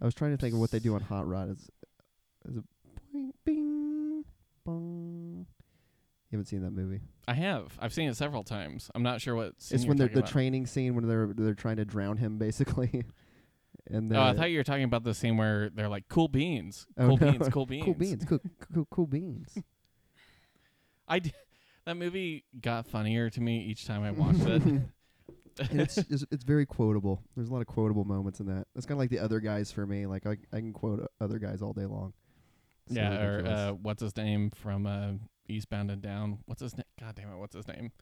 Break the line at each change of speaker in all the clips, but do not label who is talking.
to think of what they do on Hot Rod. It's, it's a boing, bing, bong. You haven't seen that movie.
I have. I've seen it several times. I'm not sure what. scene
it's
you're
when they're
talking
the
about.
training scene when they're they're trying to drown him basically, and
Oh, I
they're-
thought you were talking about the scene where they're like, "Cool beans,
Oh,
cool
no.
beans, cool beans,
cool beans, cool, cool, cool beans.
I d- that movie got funnier to me each time I watched it.
and it's, it's it's very quotable. There's a lot of quotable moments in that. It's kind of like the other guys for me. Like I I can quote o- other guys all day long. It's so
yeah, or
ridiculous.
uh, what's his name from uh, Eastbound and Down? What's his name? God damn it, what's his name?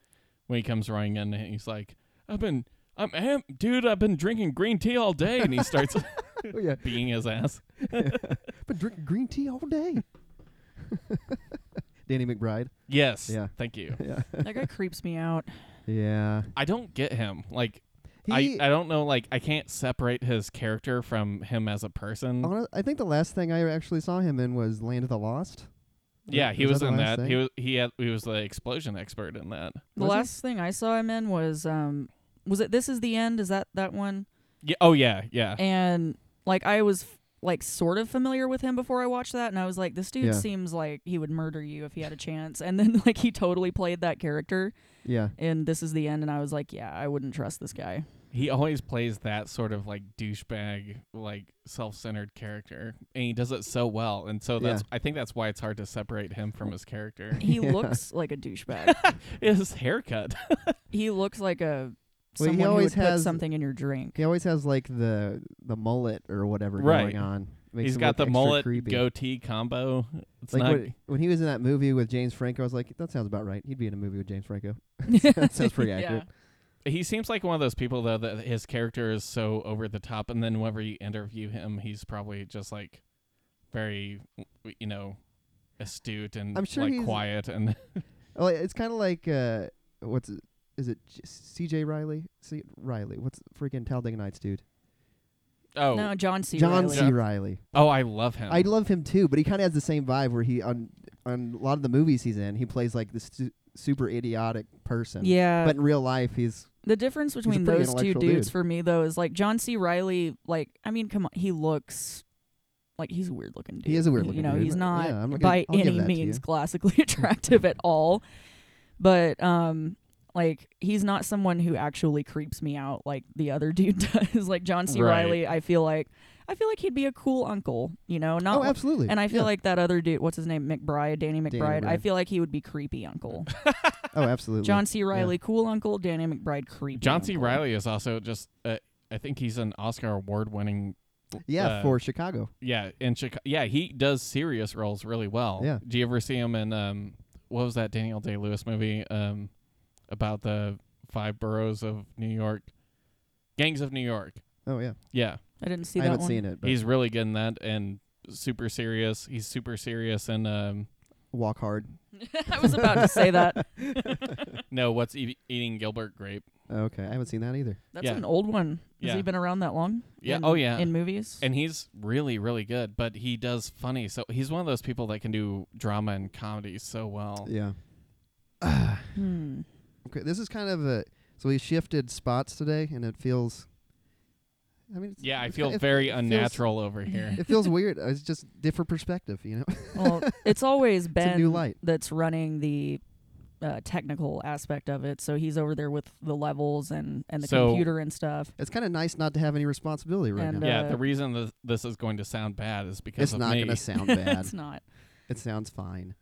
When he comes running in, and he's like, "I've been, I'm, am, dude, I've been drinking green tea all day," and he starts
oh yeah,
beating his ass.
been drinking green tea all day. Danny McBride.
Yes,
Yeah.
thank you.
Yeah,
that guy creeps me out.
yeah.
I don't get him. Like,
He-
I, I don't know. Like, I can't separate his character from him as a person.
Hon- I think the last thing I actually saw him in was Land of the Lost.
yeah, he
Is
was
the
in
last
that.
thing?
He was he had he was the explosion expert in that.
The
Was he?
last thing I saw him in was um was it This Is the End? Is that that one?
Yeah. Oh yeah. Yeah.
And like I was f- like sort of familiar with him before I watched that, and I was like, this dude
Yeah.
seems like he would murder you if he had a chance. And then like he totally played that character
Yeah,
in This Is the End, and I was like, yeah, I wouldn't trust this guy.
He always plays that sort of like douchebag, like self-centered character, and he does it so well. And so that's I think that's why it's hard to separate him from his character.
He
Yeah.
looks like a douchebag.
his haircut.
he looks like a
Well, he
someone who would
always
put
has-
something in your drink.
he always has like the the mullet or whatever
Right.
going on. Makes
He's
him
got
look
the
extra
mullet
creepy.
goatee combo. It's
Like
not.
when, when he was in that movie with James Franco, I was like, that sounds about right. He'd be in a movie with James Franco. that sounds pretty accurate.
He seems like one of those people though that his character is so over the top, and then whenever you interview him, he's probably just like very, you know, astute and
I'm sure
like
he's-
quiet and
Oh, it's kind of like uh, what's it- is it J- C.J. Riley? C. Riley. What's freaking Talladega Nights dude?
oh
No, John C.
John
Reilly.
C. Riley.
oh I love him.
I love him too, but he kind of has the same vibe where he on on a lot of the movies he's in, he plays like this su- super idiotic person.
Yeah.
But in real life, he's
The difference between
pretty
those two
intellectual
dudes
dude.
for me though is like John C. Riley, like I mean, come on, he looks like he's a weird looking dude.
He is a weird-looking
You know,
dude.
he's
Yeah,
not
I'm not gonna-
by
I'll give
any
that to you.
means classically attractive at all. But um like he's not someone who actually creeps me out like the other dude does. like John C.
Right.
Riley, I feel like I feel like he'd be a cool uncle, you know, not
oh absolutely.
and I feel
Yeah.
like that other dude, what's his name? McBride, Danny McBride. I
McBride.
feel like he would be creepy uncle.
oh absolutely.
John C. Riley, cool uncle. Danny McBride, creepy.
John C.
uncle.
Riley is also just uh, I think he's an Oscar award winning.
yeah,
uh,
for Chicago.
yeah in Chicago. Yeah, he does serious roles really well.
Yeah.
Do you ever see him in um what was that Daniel Day Lewis movie um about the five boroughs of New York, gangs of New York.
Oh yeah.
Yeah,
I didn't see
I
that
haven't
one.
seen it. But
he's really good in that and super serious. He's super serious and um
Walk Hard.
I was about to say that.
no, what's e- eating Gilbert Grape?
Okay, I haven't seen that either.
That's
Yeah.
an old one. Has
Yeah.
he been around that long?
Yeah.
In-
oh yeah.
In movies.
and he's really really good, but he does funny. So he's one of those people that can do drama and comedy so well.
Yeah.
Hmm.
Okay, this is kind of a so we shifted spots today, and it feels. I mean, it's,
Yeah, I
it's-
feel
it-
very
it feels-
unnatural over here.
It feels weird. Uh, It's just different perspective, you know.
Well, it's always
a
Ben
new light.
that's running the uh, technical aspect of it. So he's over there with the levels and and the
So-
computer and stuff.
It's kind of nice not to have any responsibility right
And,
now.
uh,
yeah, the reason that this is going to sound bad is because
it's
of
not
me.
going to sound bad.
it's not.
it sounds fine.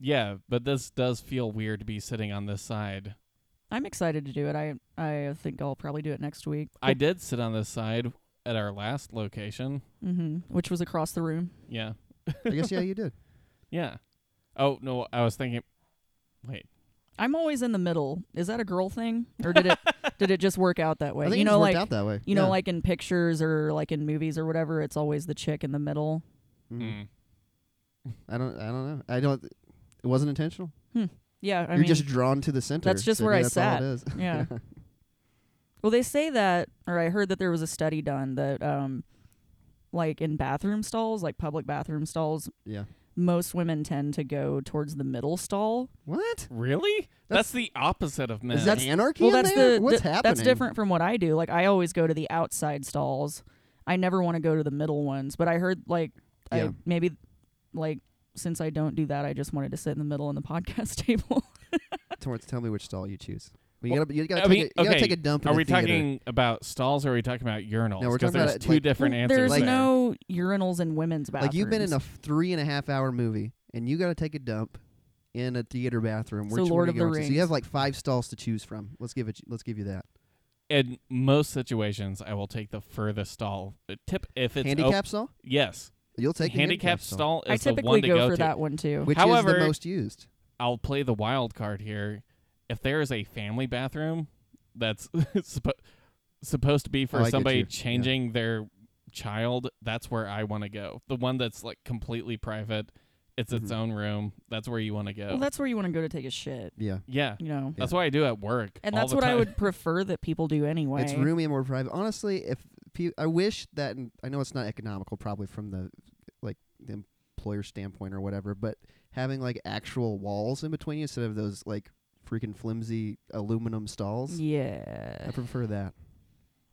yeah, but this does feel weird to be sitting on this side.
I'm excited to do it. I I think I'll probably do it next week.
I did sit on this side at our last location.
hmm Which was across the room.
Yeah,
I guess yeah, you did.
yeah. Oh no, I was thinking. Wait,
I'm always in the middle. Is that a girl thing, or did it did it just work out that way?
I think
you
it
know,
just
like
worked out that way. yeah.
you know, like in pictures or like in movies or whatever, it's always the chick in the middle.
Mhm.
Mm.
I don't. I don't know. I don't. It wasn't intentional.
Yeah, I
You're
mean,
just drawn to the center.
that's just
so
where
maybe
I
that's All it is.
yeah. well, they say that, or I heard that there was a study done that, um, like in bathroom stalls, like public bathroom stalls,
yeah.
most women tend to go towards the middle stall.
What?
really? That's, the opposite of men.
Is that anarchy
well,
in
that's
there?
the
What's
th-
happening?
that's different from what I do. Like I always go to the outside stalls. I never want to go to the middle ones, but I heard like
Yeah.
I, maybe like since I don't do that, I just wanted to sit in the middle on the podcast table.
Torrance, tell me which stall you choose. Well, you
Well,
gotta, you gotta,
I
take,
mean,
a, you gotta
okay,
take a dump. in
Are
a
we
theater.
talking about stalls or are we talking about urinals?
No, we're
'Cause
talking
there's
about,
two
like-
different
Well,
answers.
There's
Like-
there.
no urinals in women's bathrooms.
Like you've been in a three and a half hour movie, and you gotta take a dump in a theater bathroom.
So
Which one
Lord
are
of
you
the
going to? So you
Rings.
have like five stalls to choose from. Let's give it. Let's give you that.
In most situations, I will take the furthest stall. The tip if it's op-
handicap stall.
yes,
You'll take the
handicap stall
I
is the
typically
one to
go,
go,
for
to.
that one too.
which is
However-
the most used.
I'll play the wild card here. If there is a family bathroom that's suppo- supposed to be for
Oh, I get
somebody
you. Yeah.
changing their child, that's where I want to go. The one that's like completely private, it's its
Mhm.
own room. That's where you want to go.
Well, that's where you want to go to take a shit,
Yeah,
yeah,
you know.
that's what I do at work.
And
all
that's
the
what I
time.
would prefer that people do anyway.
it's roomy and more private. Honestly, if pe- I wish that, and I know it's not economical, probably from the like the employer standpoint or whatever, but having like actual walls in between you instead of those like freaking flimsy aluminum stalls,
Yeah.
I prefer that.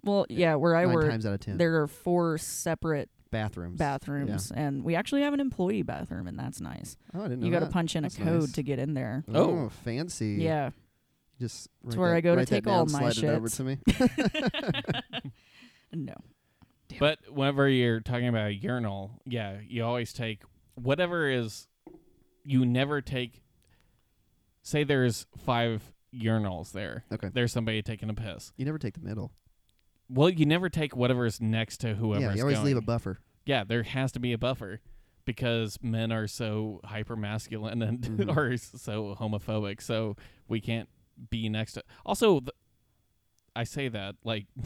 Well, yeah, where I
Nine
work,
times out of ten,
there are four separate
bathrooms.
bathrooms, and we actually have an employee bathroom, and that's nice.
Oh, I didn't know
You got to
that.
punch in
That's
a code
nice.
to get in there.
Oh.
fancy!
Yeah.
just
It's
write
where
that-
I go to
write that
take all
down,
my
slide it over
shits.
to me.
No.
But whenever you're talking about a urinal, yeah, you always take whatever is. You never take. Say there's five urinals there.
Okay.
There's somebody taking a piss.
You never take the middle.
Well, you never take whatever is next to whoever.
yeah, you always leave a buffer.
yeah, there has to be a buffer because men are so hyper masculine and
Mhm.
are so homophobic. So we can't be next to. Also, th- I say that like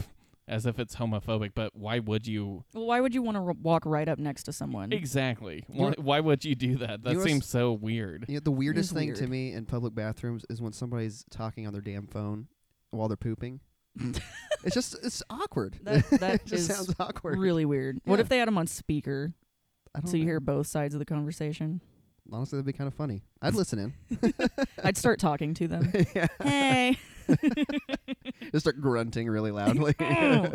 as if it's homophobic, but why would you
Well, why would you want to r- walk right up next to someone?
Exactly.
You
Why, why would you do that? That
you are s-
seems so weird.
You know, the weirdest thing to
weird.
me in public bathrooms is when somebody's talking on their damn phone while they're pooping.
Mm.
it's just it's awkward.
That- that
it just
is
sounds awkward.
Really weird. What
Yeah.
if they had them on speaker
I don't
so you
know.
hear both sides of the conversation?
Honestly, that'd be kind of funny. I'd listen in.
I'd start talking to them.
yeah,
hey. Oh.
just start grunting really loudly.
well,
I-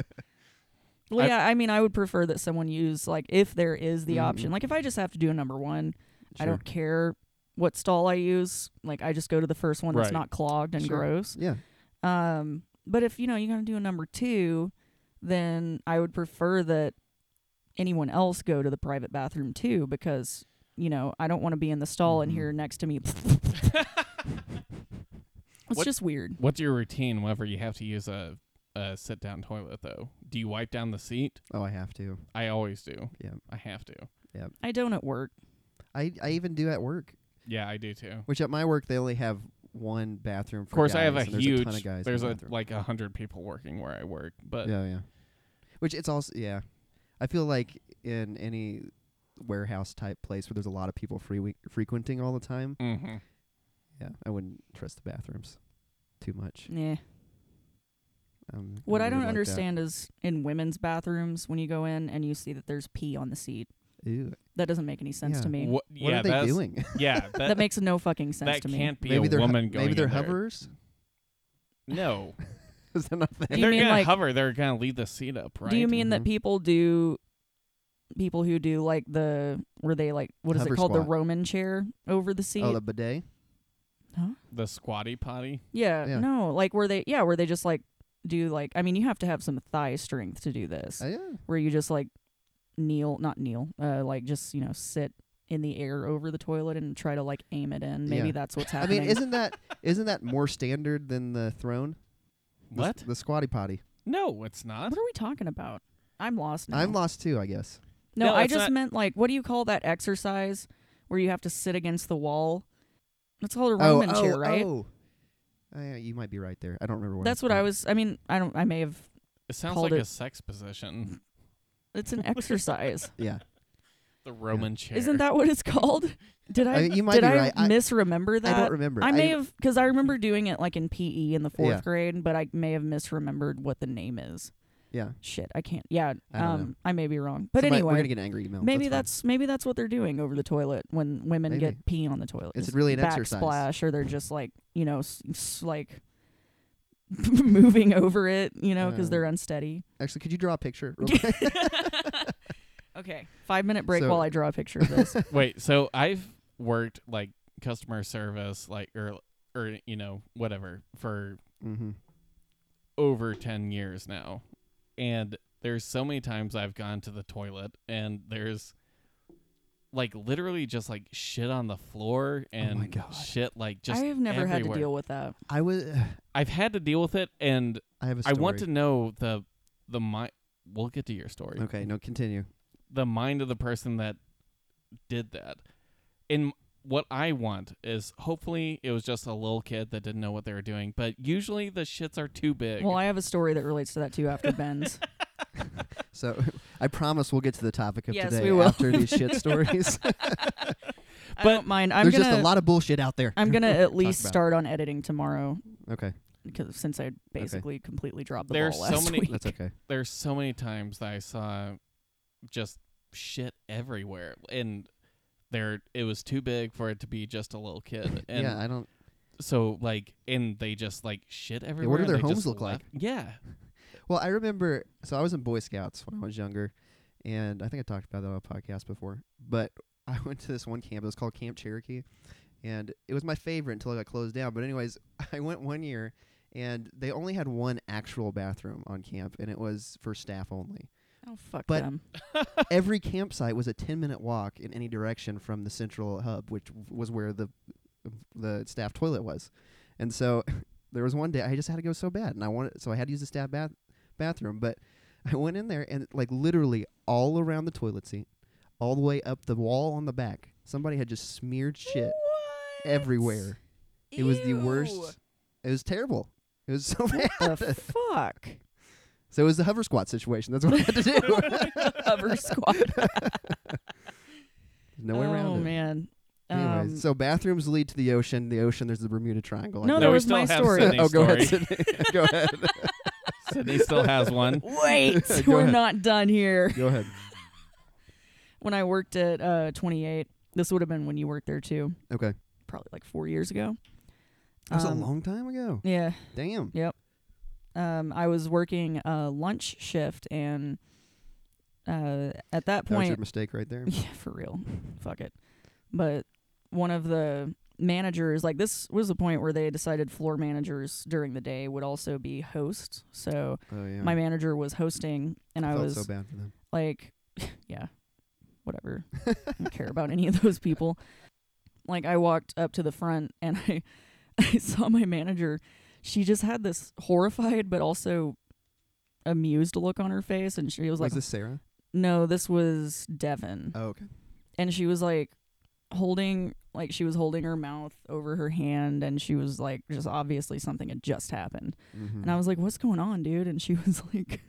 Mm-hmm.
yeah, I mean, I would prefer that someone use, like, if there is the
Mm.
option. Like, if I just have to do a number one, I
Sure.
don't care what stall I use. Like, I just go to the first one that's
Right.
not clogged and
Sure.
gross.
Yeah,
Um, but if, you know, you're going to do a number two, then I would prefer that anyone else go to the private bathroom too because, you know, I don't want to be in the stall and
Mm-hmm.
Mhm.
hear next to me. it's
What-
just weird.
What's your routine whenever you have to use a, a sit down toilet, though? Do you wipe down the seat?
oh, I have to.
I always do.
Yeah.
I have to.
I don't at work.
I I even do at work.
Yeah, I do too.
Which at my work they only have one bathroom. For
Of course, I have a
guys, and there's
huge.
ton of guys in
there's
the
a,
bathroom.
like a hundred people working where I work, but
yeah, yeah. Which it's also yeah. I feel like in any warehouse type place where there's a lot of people free frequenting all the time,
Mhm.
yeah, I wouldn't trust the bathrooms too much.
Yeah.
Um,
Mm. What I
really
don't
like that.
understand is in women's bathrooms when you go in and you see that there's pee on the seat.
Ew.
That doesn't make any sense
Yeah.
to me.
What,
What
yeah,
are they
that's-
doing?
Yeah, that,
That makes no fucking sense
that
to me.
can't be
maybe
a
they're hu-
woman going.
maybe they're
in there.
hoverers.
No,
Is that not a
if
thing?
you
they're
mean
gonna
like-
hover. They're gonna lead the seat up, right?
Do you mean that
Mhm.
people do people who do like the were they like what is
Hover
it called
squat.
the Roman chair over the seat?
Oh, the bidet.
the squatty potty?
yeah,
yeah.
no, like were they yeah were they just like do like I mean you have to have some thigh strength to do this
Oh, yeah.
where you just like kneel not kneel uh like just you know sit in the air over the toilet and try to like aim it in maybe
Yeah.
that's what's
I
happening.
mean, isn't that isn't that more standard than the throne? The s-
What?
The, squatty potty.
No, it's not.
what are we talking about? I'm lost now.
I'm lost too, I guess.
No,
No,
I
it's
just
not-
meant like, what do you call that exercise where you have to sit against the wall? It's called a
oh,
Roman
oh,
chair, right?
Oh. Uh, yeah, you might be right there. I don't remember what
That's
it's
what I
called.
was. I mean, I don't. I may have.
It sounds
called
like
it-
a sex position.
It's an exercise.
Yeah.
The Roman chair.
Isn't that what it's called? Did I?
I- Uh, you might
did
be
I
right. I-
misremember that?
Uh, I don't remember.
I may have because I remember doing it like in PE in the fourth
Yeah.
grade, but I may have misremembered what the name is.
Yeah.
Shit, I can't. Yeah,
I don't know.
um, I may be wrong, but
Somebody- we're
anyway,
gonna get an angry email.
maybe
fine.
that's, maybe that's what they're doing over the toilet when women
Maybe.
get pee on the toilet.
It's
Just
really an
backsplash,
exercise.
or they're just like you know, s- s- like moving over it, you know, because
Uh.
they're unsteady.
Actually, could you draw a picture? Real quick?
okay, five minute break
So-
while I draw a picture of this.
Wait, so I've worked like customer service, like or or you know whatever for
mm-hmm.
over ten years now, and there's so many times I've gone to the toilet and there's like literally just like shit on the floor and
Oh my God.
shit like just
I have never had
everywhere.
to deal with that.
I was.
I've had to deal with it, and
I have a
I
story.
want to know the the mind. We'll get to your story.
Okay, no, continue.
the mind of the person that did that. And what I want is hopefully it was just a little kid that didn't know what they were doing, but usually the shits are too big.
Well, I have a story that relates to that too after Ben's.
So I promise we'll get to the topic of
Yes,
today
we will.
after these shit stories.
I
But
don't mind. I'm
There's
gonna.
just a lot of bullshit out there.
I'm gonna at least
about it.
start on editing tomorrow
okay,
because since I basically completely dropped the
There's
ball
so
last
many-
week.
that's okay.
There's so many times that I saw just shit everywhere and there it was too big for it to be just a little kid. And
yeah, I don't.
so like and they just like shit everywhere.
do
and
their
they
homes
just
look like?
left- Yeah.
Well, I remember. So I was in Boy Scouts when I was younger, and I think I talked about that on a podcast before. But I went to this one camp. It was called Camp Cherokee, and it was my favorite until it got closed down. But anyways, I went one year, and they only had one actual bathroom on camp, and it was for staff only.
Oh fuck
But-
them.
Every campsite was a ten minute walk in any direction from the central hub, which w- was where the the staff toilet was. And so there was one day I just had to go so bad, and I wanted so I had to use the staff bath bathroom. But I went in there and like literally all around the toilet seat, all the way up the wall on the back, somebody had just smeared shit
What?
everywhere. It was the worst. It was terrible. It was so bad.
What the fuck?
So it was the hover squat situation. That's what I had to do.
Hover squad.
no way
oh,
around it.
man.
Anyways,
Um,
so bathrooms lead to the ocean. The ocean, there's the Bermuda Triangle. I
No,
guess.
there
we
was
still
my
have
story.
Sydney's
oh, go
story.
ahead, Sydney. go ahead.
Sydney still has one.
wait,
Go
we're
ahead.
not done here.
Go ahead.
When I worked at uh, 28, this would have been when you worked there too,
Okay.
probably like four years ago.
That was
Um,
a long time ago.
Yeah.
Damn.
Um, I was working a lunch shift, and uh, at that
That was your
point,
mistake right there.
yeah, for real, fuck it. But one of the managers, like this, was the point where they decided floor managers during the day would also be hosts. So
Oh yeah.
my manager was hosting, and I,
felt
was
so bad for them.
like yeah whatever i don't care about any of those people like i walked up to the front and i i saw my manager she just had this horrified but also amused look on her face and she was
Was
like
this Sarah?
no this was devin
Oh okay.
and she was like holding like she was holding her mouth over her hand and she was like just obviously something had just happened
Mm-hmm.
and I was like, "What's going on, dude?" And she was like,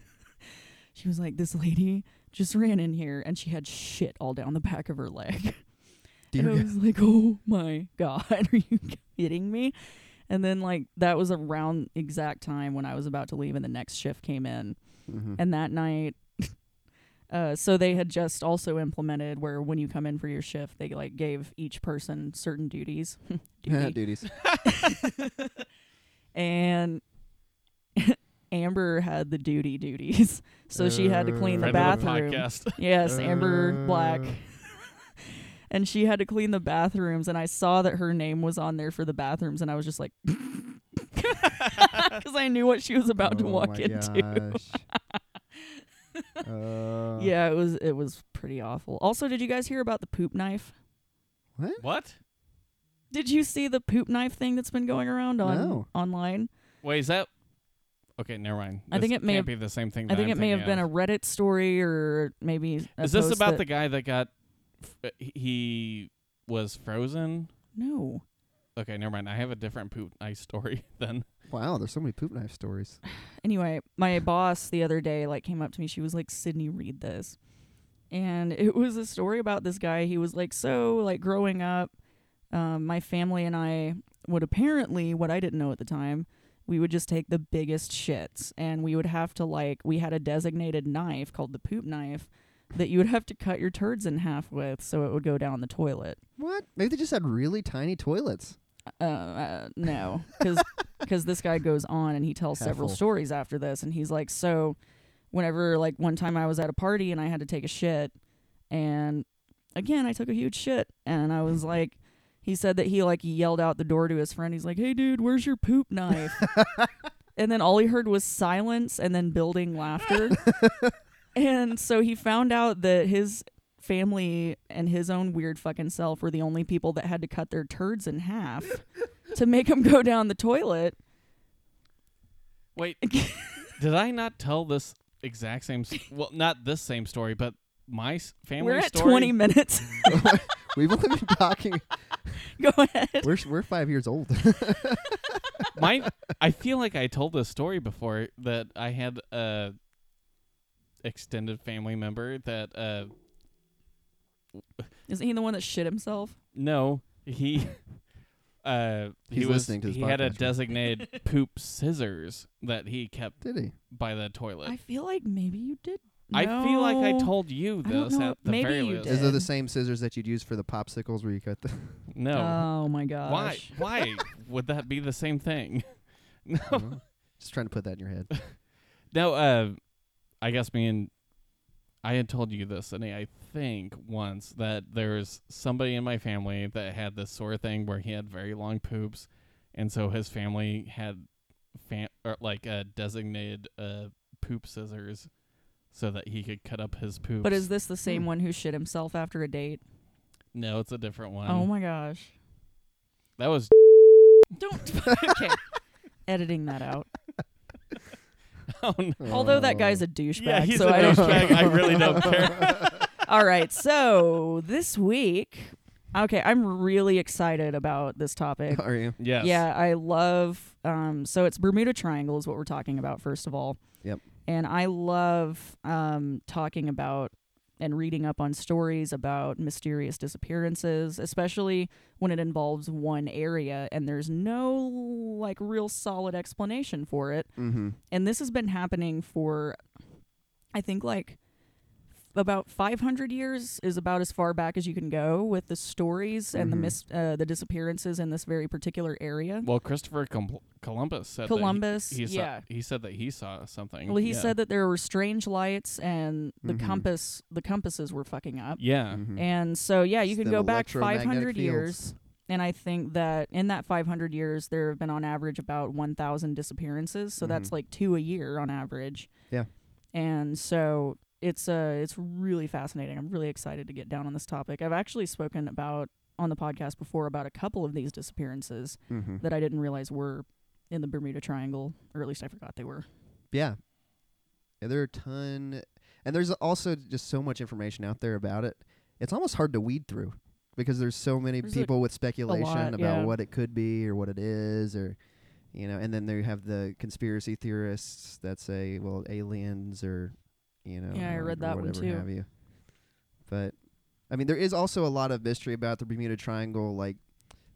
"She was like, this lady just ran in here and she had shit all down the back of her leg."
Dear
and I
God.
was like, "Oh my god, are you kidding me?" And then like that was around exact time when I was about to leave, and the next shift came in,
Mhm.
and that night. Uh, so they had just also implemented where when you come in for your shift, they like gave each person certain duties. Duty
duties.
and Amber had the duty duties, so she had to clean the
Uh,
Friend of the
bathroom.
podcast.
yes, Amber Black,
Uh.
and she had to clean the bathrooms. And I saw that her name was on there for the bathrooms, and I was just like, because I knew what she was about to
Oh,
walk
my
into.
gosh. Uh,
Yeah, it was it was pretty awful. Also, did you guys hear about the poop knife?
What?
Did you see the poop knife thing that's been going around on
No.
online?
Wait, is that okay? Never mind.
I think
This
it may
can't
have-
be the same thing.
I
that
think
I'm
it may have
thinking
been a
of.
Reddit story or maybe. a
Is this
post
about
that-
the guy that got? f- uh, He was frozen.
No.
Okay, never mind. I have a different poop nice story then.
Wow, there's so many poop knife stories.
anyway, my boss the other day like came up to me. She was like, "Sydney, read this," and it was a story about this guy. He was like, "So, like growing up, um, my family and I would apparently what I didn't know at the time." We would just take the biggest shits and we would have to like we had a designated knife called the poop knife that you would have to cut your turds in half with so it would go down the toilet.
What? Maybe they just had really tiny toilets.
uh, uh, no, because this guy goes on and he tells
Half
several
full.
stories after this, and he's like, so whenever like one time I was at a party and I had to take a shit, and again I took a huge shit, and I was like, he said that he like yelled out the door to his friend, he's like, hey dude, where's your poop knife? and then all he heard was silence and then building laughter, and so he found out that his family and his own weird fucking self were the only people that had to cut their turds in half to make him go down the toilet.
Wait, did I not tell this exact same? s- Well, not this same story, but my s- family
We're at
story.
20 minutes.
We've only been talking.
go ahead.
We're we're five years old.
my, I feel like I told this story before that I had a extended family member that uh,
Isn't he the one that shit himself?
no, he. Uh, he
He's
was,
listening to this
he had a
podcast, right?
designated poop scissors that he kept
Did he?
by the toilet.
I feel like maybe you did.
I feel like I
No.
told you
I don't
this
know.
at the
Maybe
very
you
least.
Is it
Did.
the same scissors that you'd use for the popsicles where you cut the?
No.
Oh my gosh.
Why? Why would that be the same thing? No,
Mhm. Just trying to put that in your head.
no. Uh, I guess me and I had told you this, and I think once that there was somebody in my family that had this sort of thing where he had very long poops, and so his family had fam- or like uh, designated uh, poop scissors so that he could cut up his poops.
But is this the same
Hmm.
one who shit himself after a date?
no, it's a different one.
oh my gosh.
that was
Don't. okay. Editing that out.
oh no.
Although that guy's
Oh.
a douchebag,
Yeah, he's
so
a
I don't
douchebag.
care.
I really don't care.
All right, so this week, okay, I'm really excited about this topic.
Are you?
Yes.
Yeah, I love. Um, so it's Bermuda Triangle is what we're talking about first of all.
Yep.
And I love um, talking about and reading up on stories about mysterious disappearances, especially when it involves one area and there's no like real solid explanation for it
Mm-hmm.
and this has been happening for i think like about 500 years is about as far back as you can go with the stories and the
Mhm.
mis- uh, the disappearances in this very particular area
Well, Christopher Com- Columbus said
columbus
that he, he saw,
yeah
he said that he saw something.
well he
yeah.
said that there were strange lights and the
Mhm.
compass the compasses were fucking up
Yeah.
and so yeah you
It's
can
them
go back
Mm-hmm. electromagnetic
500
fields.
years and i think that in that 500 years there have been on average about 1000 disappearances so that's
Mhm.
like two a year on average
Yeah.
and so it's uh it's really fascinating i'm really excited to get down on this topic i've actually spoken about on the podcast before about a couple of these disappearances
Mm-hmm.
that i didn't realize were in the bermuda triangle or at least i forgot they were
Yeah. Yeah, there are a ton, and there's also just so much information out there about it. It's almost hard to weed through because there's so many
There's a-
people with speculation
lot,
about
yeah.
what it could be or what it is, or you know. And then there you have the conspiracy theorists that say, "Well, aliens," or you know,
Yeah, I
or-
read
or
that one
whatever
too.
Have you? But I mean, there is also a lot of mystery about the Bermuda Triangle, like.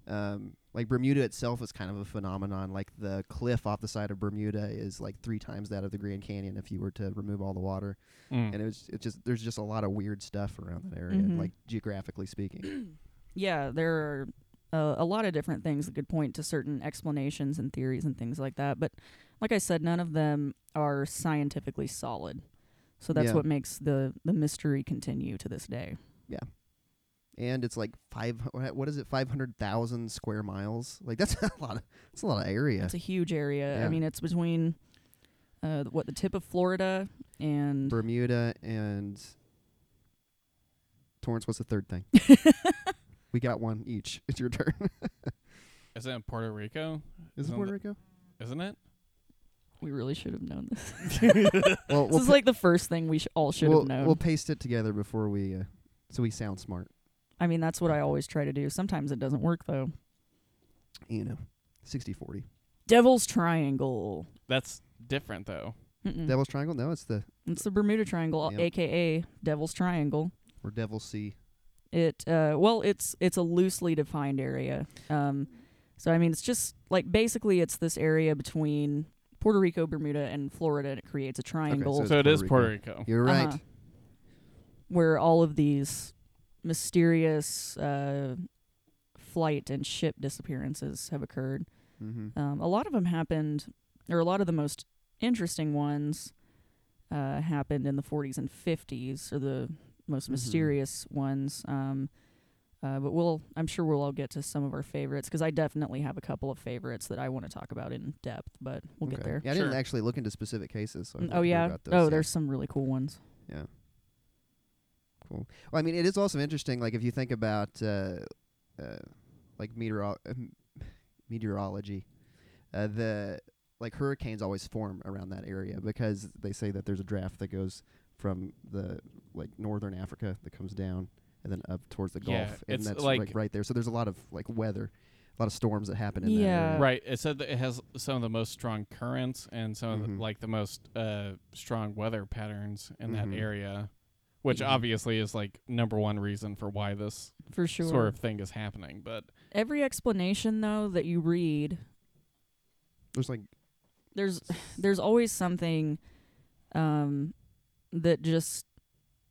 Um, like Bermuda itself is kind of a phenomenon. Like the cliff off the side of Bermuda is like three times that of the Grand Canyon if you were to remove all the water.
Hmm.
Mm.
And it was it just there's just a lot of weird stuff around that area,
Mhm.
like geographically speaking.
yeah, there are uh, a lot of different things that could point to certain explanations and theories and things like that. But like I said, none of them are scientifically solid. So that's
Yeah.
what makes the, the mystery continue to this day.
And it's like five what what is it five hundred thousand square miles? Like that's a lot of that's a lot of area.
It's a huge area. I
Yeah.
mean, it's between uh, what the tip of Florida and
Bermuda and Torrance. What's the third thing? we got one each. It's your turn.
Is it in Puerto Rico?
is it
Isn't
Puerto Rico?
Isn't it?
we really should have known this.
Well,
this is like the first thing we sh- all should
we'll,
have known.
we'll paste it together before we, uh, so we sound smart.
I mean, that's what I always try to do. Sometimes it doesn't work though.
You know, 60-40.
Devil's Triangle.
That's different though.
Mm-mm.
Devil's Triangle? No, it's the
It's the Bermuda Triangle,
Yep.
aka Devil's Triangle.
or Devil's Sea.
It uh, well, it's it's a loosely defined area. Um, so I mean, it's just like basically it's this area between Puerto Rico, Bermuda, and Florida, and it creates a triangle
It's
So it is
Puerto
Puerto Rico.
You're right.
Uh-huh. where all of these mysterious uh, flight and ship disappearances have occurred.
Mm-hmm.
Um, a lot of them happened, or a lot of the most interesting ones uh, happened in the 40s and 50s, or the most
Mhm.
mysterious ones. Um, uh, but we'll, I'm sure we'll all get to some of our favorites because I definitely have a couple of favorites that I want to talk about in depth. But we'll get there.
Yeah, I didn't
Sure.
actually look into specific cases. So I
Mm,
didn't
Oh
hear
yeah.
about those,
Oh,
yeah.
there's some really cool ones.
Yeah. Cool. Well, I mean, it is also interesting. Like, if you think about, uh, uh, like meteoro- uh, meteorology, uh, the like hurricanes always form around that area because they say that there's a draft that goes from the like northern Africa that comes down and then up towards the
Yeah,
Gulf, and
it's
that's
like-
right there. So there's a lot of like weather, a lot of storms that happen in that
Yeah.
area.
Right. It said that it has some of the most strong currents and some of
Mhm.
the, like the most uh, strong weather patterns in
Mhm.
that area, which
Mhm.
obviously is like number one reason for why this
For sure.
sort of thing is happening. But
Every explanation though that you read,
There's like
there's there's always something um that just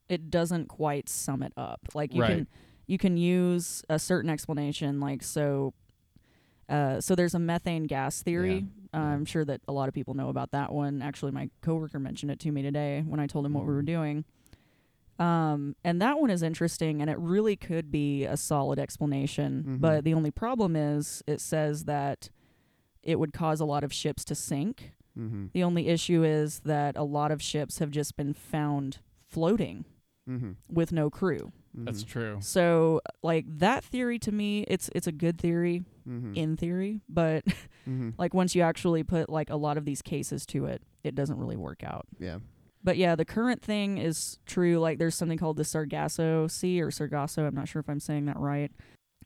it doesn't quite sum it up. Like you
Right.
can you can use a certain explanation like so uh, so there's a methane gas theory. Uh,
yeah.
I'm sure that a lot of people know about that one. Actually, my coworker mentioned it to me today when I told him what we were
Mhm.
doing. Um, and that one is interesting, and it really could be a solid explanation.
Mhm.
But the only problem is it says that it would cause a lot of ships to sink.
mm-hmm,
The only issue is that a lot of ships have just been found floating
mm-hmm,
with no crew.
that's true.
So, like that theory to me, it's it's a good theory
hmm
in theory, but
hmm
like once you actually put like a lot of these cases to it, it doesn't really work out.
yeah.
But yeah, the current thing is true. Like there's something called the Sargasso Sea or Sargasso. I'm not sure if I'm saying that right.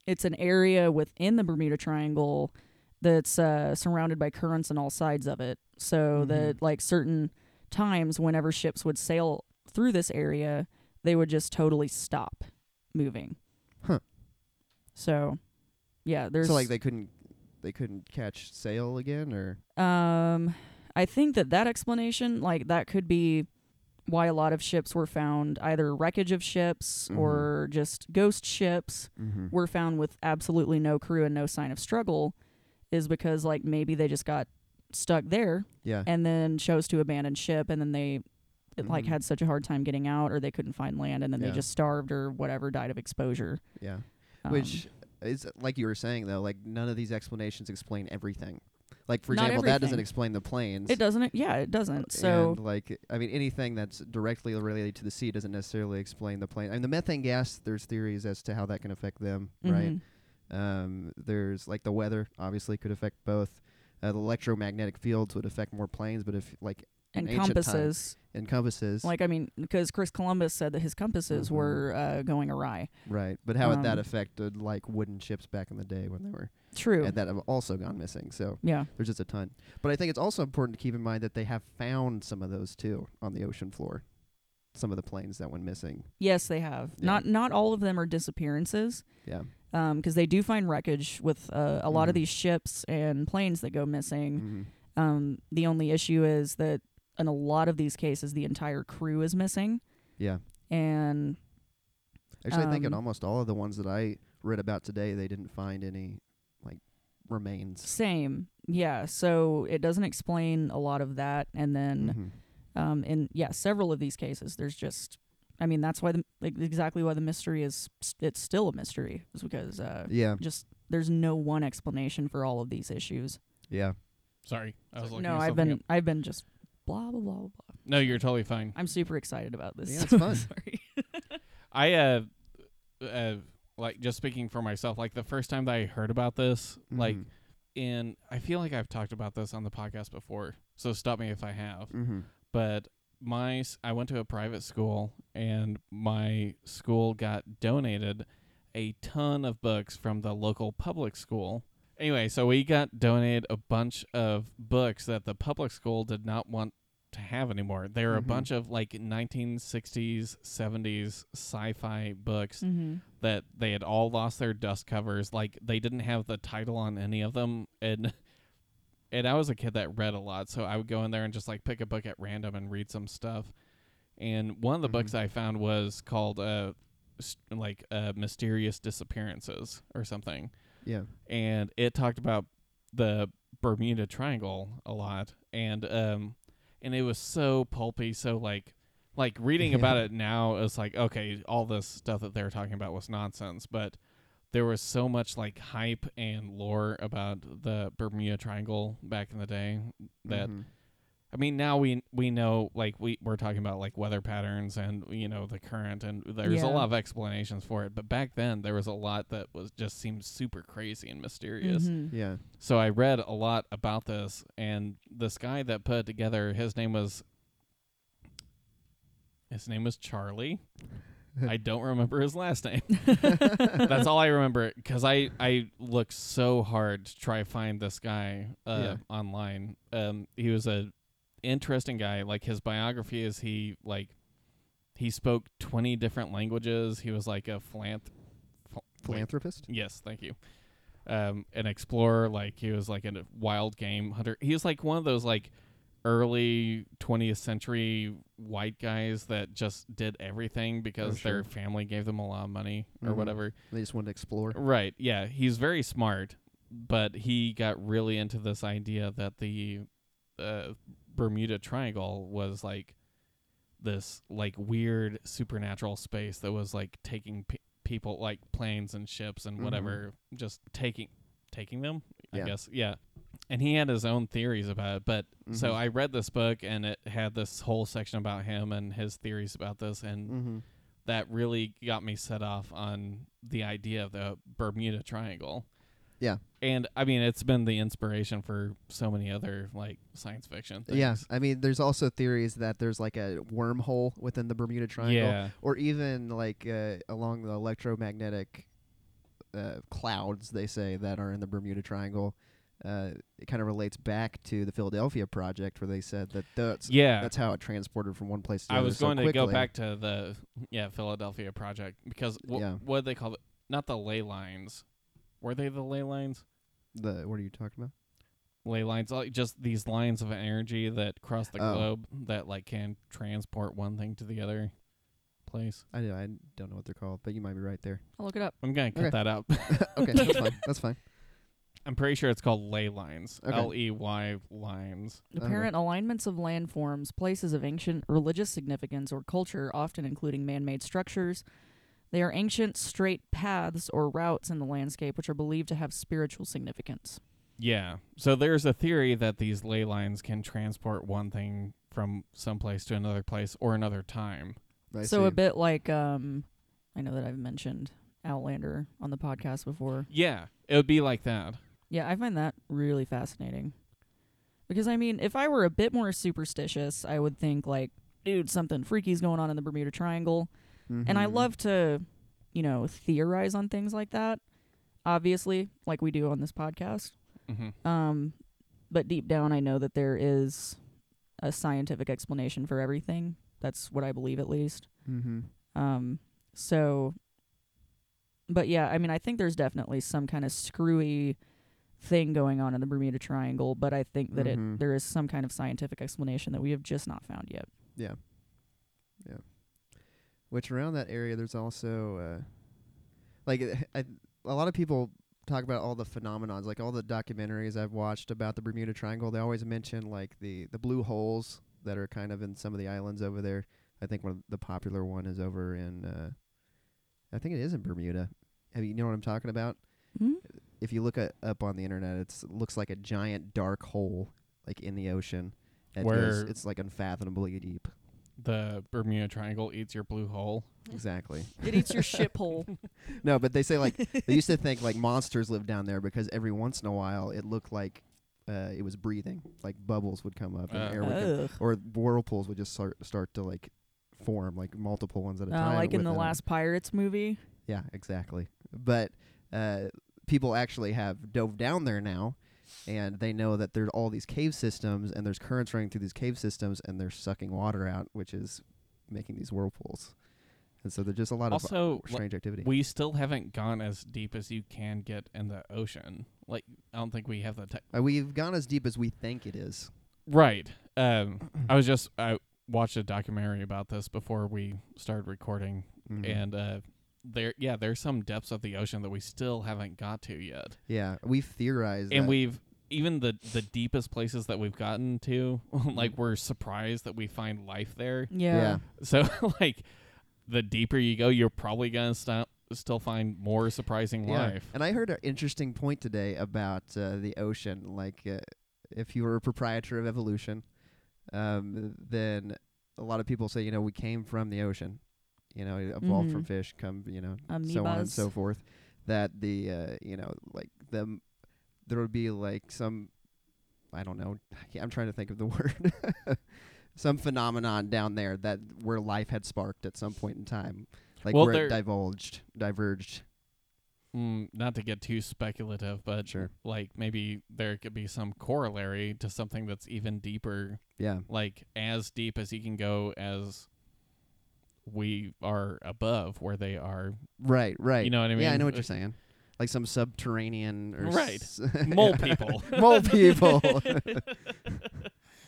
It's an area within the Bermuda Triangle that's uh, surrounded by currents on all sides of it. So
Mhm.
that like certain times, whenever ships would sail through this area, they would just totally stop moving.
Huh.
So, yeah, there's
so like they couldn't they couldn't catch sail again or
Um, I think that that explanation, like that, could be why a lot of ships were found either wreckage of ships
Mhm.
or just ghost ships
mm-hmm.
were found with absolutely no crew and no sign of struggle, is because like maybe they just got stuck there
yeah
and then chose to abandon ship and then they it, like
Mhm.
had such a hard time getting out or they couldn't find land and then
Yeah.
they just starved or whatever died of exposure.
yeah
Um,
which is like you were saying though like none of these explanations explain everything like for
Not
example that doesn't
everything.
explain the planes
Um, it doesn't. Yeah, it doesn't. So
and like i mean anything that's directly related to the sea doesn't necessarily explain the plane i mean the methane gas there's theories as to how that can affect them right
mhm.
um there's like the weather obviously could affect both uh, the electromagnetic fields would affect more planes but if like
and
in ancient times,
compasses.
encompasses
Like, I mean, because Chris Columbus said that his compasses
Mhm.
were uh, going awry.
Right, but how had that
Um,
affected like wooden ships back in the day when they were
True.
and that have also gone missing? So
yeah.
there's just a ton. But I think it's also important to keep in mind that they have found some of those too on the ocean floor, some of the planes that went missing.
Yes, they have.
Yeah.
Not not all of them are disappearances,
Yeah,
because they do find wreckage with uh, a lot
Mhm.
of these ships and planes that go missing.
Mhm.
Mm-hmm.
Um, the only issue is that in a lot of these cases, the entire crew is missing,
yeah.
and
Actually, I think in
Um,
almost all of the ones that I read about today, they didn't find any like remains.
same. Yeah, so it doesn't explain a lot of that, and then.
Mhm.
um, in yeah several of these cases there's just i mean that's why the like exactly why the mystery is it's still a mystery is because uh,
Yeah,
just there's no one explanation for all of these issues
yeah. Mm-hmm.
Sorry, I was looking.
no
at
i've
something
been
up.
i've been just blah blah blah blah blah
No, you're totally fine.
i'm super excited about this
Yeah, it's fun.
sorry
I uh, uh, like just speaking for myself. Like the first time that I heard about this, like
Mhm.
in I feel like I've talked about this on the podcast before. So stop me if I have.
Mhm.
but my s- I went to a private school and my school got donated a ton of books from the local public school. Anyway, so we got donated a bunch of books that the public school did not want to have anymore. They were a
Mhm.
bunch of like 1960s, 70s sci-fi books
mm-hmm.
that they had all lost their dust covers. Like they didn't have the title on any of them, and and I was a kid that read a lot, so I would go in there and just like pick a book at random and read some stuff. And one of the
Mhm.
books I found was called uh, s- like uh, mysterious disappearances or something
Yeah.
and it talked about the Bermuda Triangle a lot, and um, and it was so pulpy, so like, like reading
Yeah.
about it now is like okay, all this stuff that they were talking about was nonsense, but there was so much like hype and lore about the Bermuda Triangle back in the day that
Mhm.
I mean, now we we know like we we're talking about like weather patterns and you know the current and there's
Yeah.
a lot of explanations for it. But back then there was a lot that was just seemed super crazy and mysterious.
Mhm.
Yeah.
So I read a lot about this, and this guy that put it together, his name was his name was Charlie. I don't remember his last name. That's all I remember because I I looked so hard to try find this guy uh, online. Um, he was a interesting guy. Like his biography is he like he spoke twenty different languages. He was like a philanth- phil- wait,
Philanthropist.
Yes, thank you. Um, an explorer, like he was like a wild game hunter. He was like one of those like early 20th century white guys that just did everything because
sure.
their family gave them a lot of money or
Mhm.
whatever.
They just wanted to explore.
Right? Yeah, he's very smart, but he got really into this idea that the uh, Bermuda Triangle was like this like weird supernatural space that was like taking pe- people like planes and ships and
Mhm.
whatever just taking taking them
Yeah.
i guess yeah and he had his own theories about it but so
Mhm.
i read this book and it had this whole section about him and his theories about this and
Mm-hmm.
that really got me set off on the idea of the bermuda triangle
Yeah.
and i mean it's been the inspiration for so many other like science fiction things
Yeah. I mean, there's also theories that there's like a wormhole within the Bermuda Triangle,
yeah
or even like uh, along the electromagnetic uh, clouds they say that are in the Bermuda Triangle. Uh, it kind of relates back to the Philadelphia project where they said that that's
yeah
that's how it transported from one place to the
I
other
was
so
going to go
quickly.
back to the yeah Philadelphia project because wh-
Yeah.
what did they call it? Not the ley lines. Were they the ley lines?
The what are you talking about?
Ley lines, like just these lines of energy that cross the
Oh.
globe that like can transport one thing to the other place.
I don't- I don't know what they're called, but you might be right there.
I'll look it up.
I'm gonna cut
Okay.
that out.
okay, that's fine. That's fine.
I'm pretty sure it's called ley lines.
Okay.
L E Y lines.
Okay.
Apparent alignments of landforms, places of ancient religious significance or culture, often including man made structures. They are ancient straight paths or routes in the landscape which are believed to have spiritual significance.
Yeah. So there's a theory that these ley lines can transport one thing from someplace to another place or another time.
I
so a
see.
bit like um I know that I've mentioned Outlander on the podcast before.
Yeah. It would be like that.
Yeah, I find that really fascinating. Because I mean, if I were a bit more superstitious, I would think like, dude, something freaky's going on in the Bermuda Triangle. And I
Mhm.
love to, you know, theorize on things like that. Obviously, like we do on this podcast.
Mm-hmm.
Um, but deep down, I know that there is a scientific explanation for everything. That's what I believe, at least.
Mhm.
Um, so, but yeah, I mean, I think there's definitely some kind of screwy thing going on in the Bermuda Triangle, but I think that
Mhm.
it there is some kind of scientific explanation that we have just not found yet.
Which around that area, there's also uh, like eh, I, a lot of people talk about all the phenomenons, like all the documentaries I've watched about the Bermuda Triangle. They always mention like the the blue holes that are kind of in some of the islands over there. I think one of the popular one is over in, uh, I think it is in Bermuda. Have you, you know what I'm talking about?
Hmm?
if you look at, up on the internet, it's, it looks like a giant dark hole, like in the ocean. That goes,
Where-
it's like unfathomably deep.
the Bermuda Triangle eats your blue hole.
Exactly.
It eats your ship hole.
No, but they say like they used to think like monsters lived down there because every once in a while it looked like uh, it was breathing, like bubbles would come up and
Uh.
air would come,
Ugh.
or whirlpools would just start start to like form, like multiple ones at a
Uh,
time.
like in the
within-
last Pirates movie.
Yeah, exactly. But uh, people actually have dove down there now, and they know that there's all these cave systems, and there's currents running through these cave systems, and they're sucking water out, which is making these whirlpools. And so there's just a lot of
Also, like,
strange activity.
we still haven't gone as deep as you can get in the ocean. Like, I don't think we have the tech.
Uh, we've gone as deep as we think it is.
Right. Um, I was just I watched a documentary about this before we started recording,
Mhm.
and uh, there yeah, there's some depths of the ocean that we still haven't got to yet.
Yeah, we've theorized.
and
that.
we've even the the deepest places that we've gotten to,
Mm-hmm.
like we're surprised that we find life there.
Yeah.
yeah.
So like the deeper you go, you're probably going to st- still find more surprising
Yeah.
life.
And I heard an interesting point today about uh, the ocean. Like, uh, if you were a proprietor of evolution, um, then a lot of people say, you know, we came from the ocean. You know, it evolved from
Mm-hmm.
Mhm.
fish, come, you know, so on and
Amoebas.
so forth. That the, uh, you know, like the, there would be like some, I don't know, I'm trying to think of the word, some phenomenon down there that where life had sparked at some point in time, like
Well,
where
there-
it divulged, diverged.
Mm, not to get too speculative, but
Sure.
like maybe there could be some corollary to something that's even deeper,
Yeah.
like as deep as you can go as we are above where they are.
Right, right.
You know what I
Yeah, I
mean?
know what
Uh,
you're saying. Like some subterranean or
Right.
s-
Mole people.
mole people.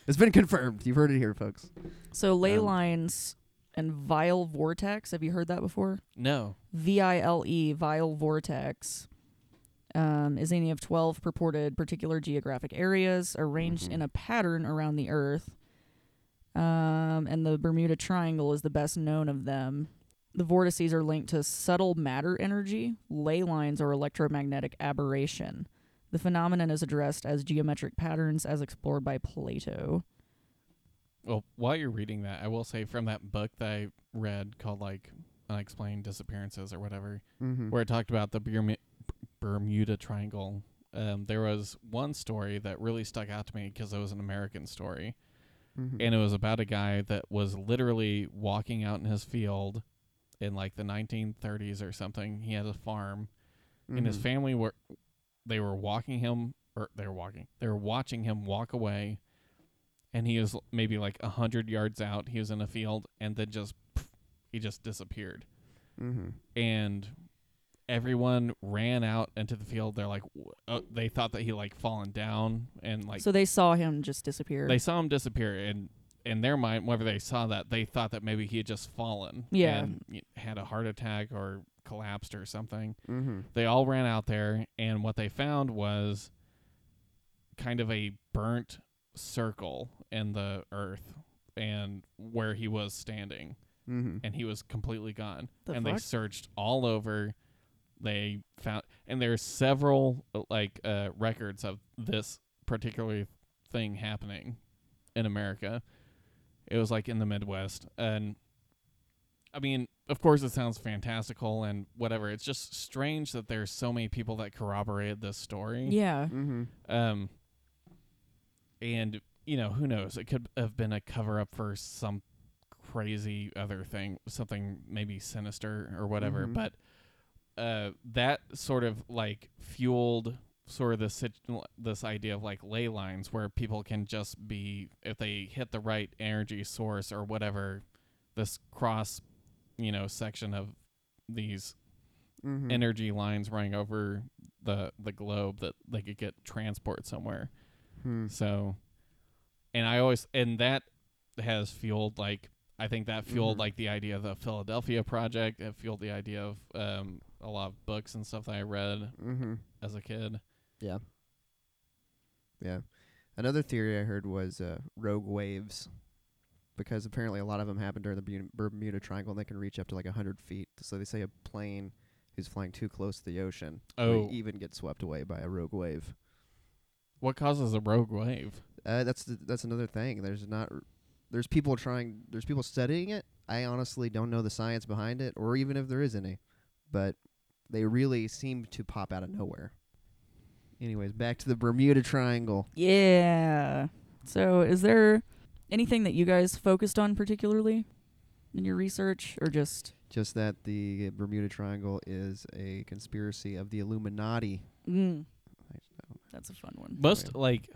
it's been confirmed. You've heard it here, folks.
So ley
Um,
lines and vile vortex. Have you heard that before?
No.
V I L E vile vortex um, is any of twelve purported particular geographic areas arranged
Mm-hmm.
Mhm.
in a pattern around the Earth. Um, and the Bermuda Triangle is the best known of them. The vortices are linked to subtle matter energy, ley lines, or electromagnetic aberration. The phenomenon is addressed as geometric patterns as explored by Plato.
Well, while you're reading that, I will say from that book that I read called like Unexplained Disappearances or whatever,
Mm-hmm.
where it talked about the Bermu- Bermuda Triangle. Um, there was one story that really stuck out to me because it was an American story.
Mm-hmm.
and it was about a guy that was literally walking out in his field in like the 1930s or something. He had a farm, and
Mm-hmm.
his family were they were walking him or they were walking they were watching him walk away, and he was l- maybe like a hundred yards out. He was in a field, and then just pff, he just disappeared
Mm-hmm.
and everyone ran out into the field they're like w- uh, they thought that he like fallen down and like
so they saw him just disappear.
they saw him disappear and in their mind whenever they saw that they thought that maybe he had just fallen
Yeah.
and y- had a heart attack or collapsed or something
Mm-hmm.
they all ran out there and what they found was kind of a burnt circle in the earth and where he was standing
Mm-hmm.
and he was completely gone
The
and they
fuck?
searched all over they found and there's several uh, like uh records of this particular thing happening in america it was like in the midwest and i mean of course it sounds fantastical and whatever it's just strange that there's so many people that corroborated this story
yeah.
Mm-hmm.
um, and you know, who knows? It could have been a cover up for some crazy other thing, something maybe sinister or whatever.
Mhm.
But uh, that sort of like fueled sort of this sit- this idea of like ley lines where people can just be if they hit the right energy source or whatever this cross you know section of these
Mm-hmm.
energy lines running over the the globe that they could get transport somewhere.
Mm-hmm.
So, and I always and that has fueled like I think that fueled
Mhm.
like the idea of the Philadelphia Project. It fueled the idea of um, a lot of books and stuff that I read
Mm-hmm.
as a kid.
Yeah. Another theory I heard was uh, rogue waves, because apparently a lot of them happen during the Bu- Bermuda Triangle, and they can reach up to like a hundred feet. So they say a plane who's flying too close to the ocean
Oh.
would even get swept away by a rogue wave.
What causes a rogue wave?
Uh, that's th- that's another thing. There's not r- there's people trying there's people studying it. I honestly don't know the science behind it or even if there is any. But they really seem to pop out of nowhere. Anyways, back to the Bermuda Triangle.
Yeah. So, is there anything that you guys focused on particularly in your research, or just
Just that the Bermuda Triangle is a conspiracy of the Illuminati.
mm,
I don't
that's a fun one?
Most
Wave.
like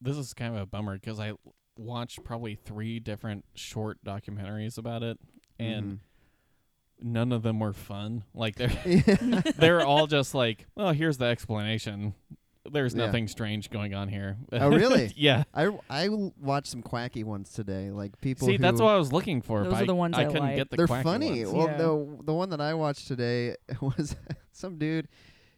this is kind of a bummer because I watched probably three different short documentaries about it
know.
and
Mm-hmm.
none of them were fun. Like they're
Mhm.
they're all just like, well, here's the explanation. there's
Yeah.
nothing strange going on here.
Oh, really?
yeah.
I, I watched some quacky ones today. Like people.
See,
who,
that's what I was looking for.
Those
but
are the ones
I,
I
couldn't
like.
get the
they're
quacky
funny.
ones.
Well,
Yeah.
the the one that I watched today was some dude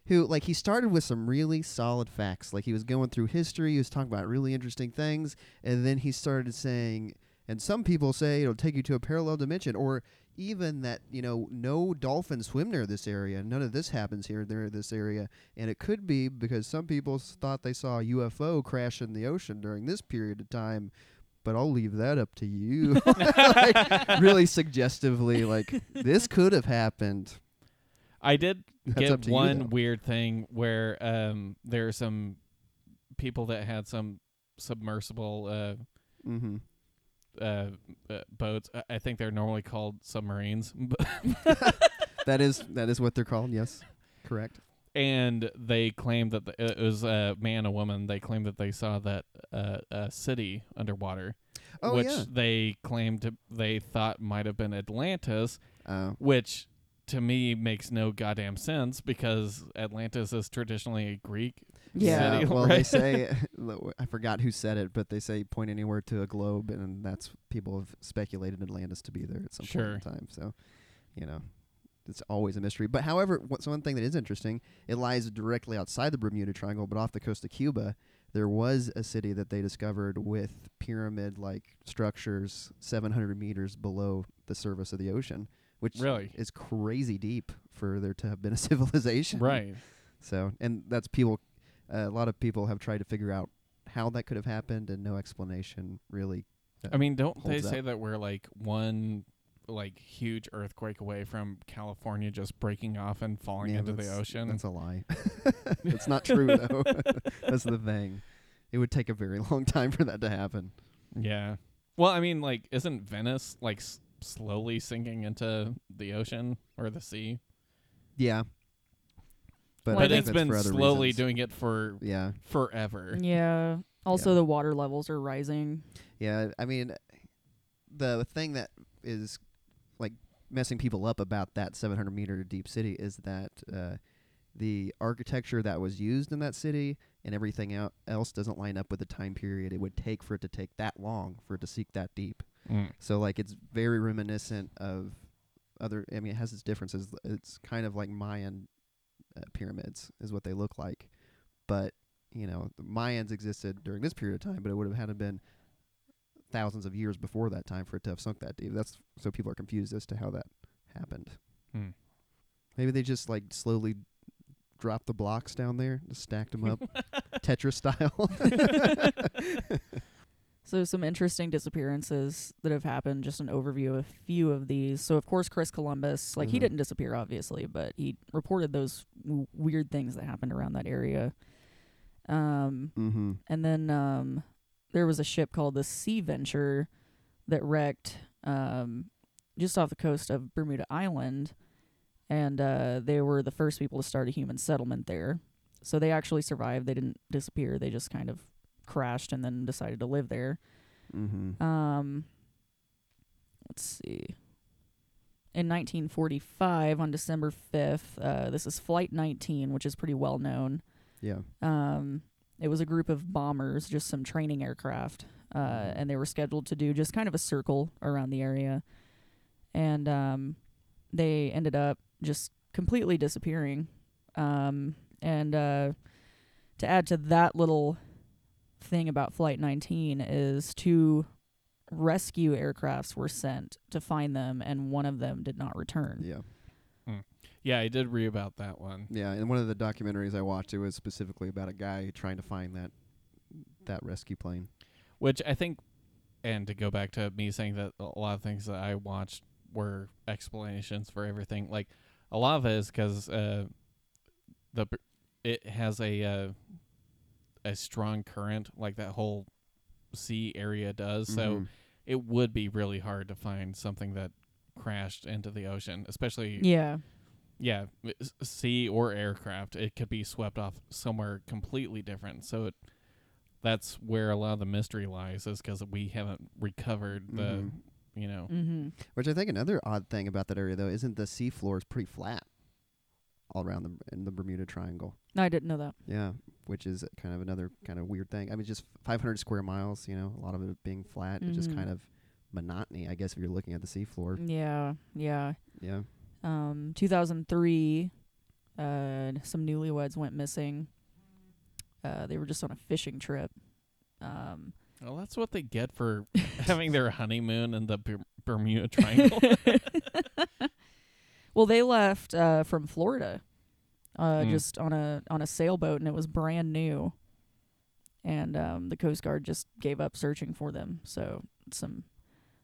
who like he started with some really solid facts. Like he was going through history, he was talking about really interesting things, and then he started saying, and some people say it'll take you to a parallel dimension, or even that you know no dolphins swim near this area. None of this happens here near this area, and it could be because some people s- thought they saw a UFO crash in the ocean during this period of time. But I'll leave that up to you. like, really suggestively, like this could have happened.
I did
That's up
get
to you,
one
though.
weird thing where um, there are some people that had some submersible uh,
Mm-hmm.
uh, uh, boats. I- I think they're normally called submarines,
That is that is what they're called. Yes, correct.
and they claimed that the, it was a man, a woman. They claimed that they saw that uh, a city underwater,
Oh
which
yeah.
they claimed to, they thought might have been Atlantis,
Oh
which to me makes no goddamn sense because Atlantis is traditionally a Greek.
Yeah.
City,
well, they
right?
say I forgot who said it, but they say point anywhere to a globe, and that's people have speculated Atlantis to be there at some
Sure.
point in time. So, you know. It's always a mystery. But however, what's one thing that is interesting, it lies directly outside the Bermuda Triangle, but off the coast of Cuba, there was a city that they discovered with pyramid like structures 700 meters below the surface of the ocean, which
Really?
is crazy deep for there to have been a civilization.
Right.
So, and that's people. uh, a lot of people have tried to figure out how that could have happened, and no explanation really.
I mean, don't they
holds
say that we're like one like huge earthquake away from California just breaking off and falling
Yeah,
into the
that's-
ocean?
That's a lie. it's not true though. that's the thing. It would take a very long time for that to happen.
yeah. Well, I mean, like, isn't Venice like s- slowly sinking into the ocean or the sea?
Yeah. But,
Well,
I
but
think
it's
that's
been
for other
slowly
reasons.
doing it for
Yeah,
forever.
Yeah. Also,
Yeah.
the water levels are rising.
yeah. I mean, the thing that is like messing people up about that 700 meter deep city is that uh, the architecture that was used in that city and everything el- else doesn't line up with the time period it would take for it to take that long for it to sink that deep.
Mm.
So like it's very reminiscent of other. I mean, it has its differences. It's kind of like Mayan uh, pyramids is what they look like, but you know, the Mayans existed during this period of time, but it would have had to been thousands of years before that time for it to have sunk that deep. That's so people are confused as to how that happened.
Hmm.
Maybe they just like slowly dropped the blocks down there, just stacked them up, Tetris style.
So, some interesting disappearances that have happened. Just an overview of a few of these. So, of course, Chris Columbus, like, he
Mhm.
didn't disappear, obviously, but he reported those w- weird things that happened around that area. Um,
mm-hmm.
and then um, there was a ship called the Sea Venture that wrecked um, just off the coast of Bermuda Island, and uh, they were the first people to start a human settlement there. So they actually survived. They didn't disappear. They just kind of crashed and then decided to live there.
Mm-hmm.
Um, let's see. In 1945, on December 5th, uh, this is Flight 19, which is pretty well known.
Yeah.
Um, it was a group of bombers, just some training aircraft, uh, and they were scheduled to do just kind of a circle around the area. And um, they ended up just completely disappearing. Um, and uh, to add to that little thing about Flight 19 is two rescue aircrafts were sent to find them, and one of them did not return.
Yeah.
Yeah, I did read about that one.
Yeah, and one of the documentaries I watched, it was specifically about a guy trying to find that that rescue plane.
Which I think, and to go back to me saying that a lot of things that I watched were explanations for everything. Like a lot of it is because uh, the b- it has a uh, a strong current, like that whole sea area does.
Mm-hmm.
Mm-hmm.
So it would be really hard to find something that crashed into the ocean, especially
Yeah.
yeah, uh, s- sea or aircraft, it could be swept off somewhere completely different. So it, that's where a lot of the mystery lies, is because we haven't recovered the,
Mhm.
you know,
Mm-hmm.
which I think another odd thing about that area though isn't the seafloor is pretty flat all around the in the Bermuda Triangle.
No, I didn't know that.
Yeah, which is kind of another kind of weird thing. I mean, just 500 square miles, you know, a lot of it being flat, it's just
Mhm.
kind of monotony, I guess, if you're looking at the
Mm.
seafloor.
Yeah, yeah.
Yeah.
Um, 2003, uh, some newlyweds went missing. Uh, they were just on a fishing trip. Um,
Well, that's what they get for having their honeymoon in the Ber- Bermuda Triangle.
well, they left uh, from Florida, uh,
Mm.
just on a on a sailboat, and it was brand new. And um, the Coast Guard just gave up searching for them. So some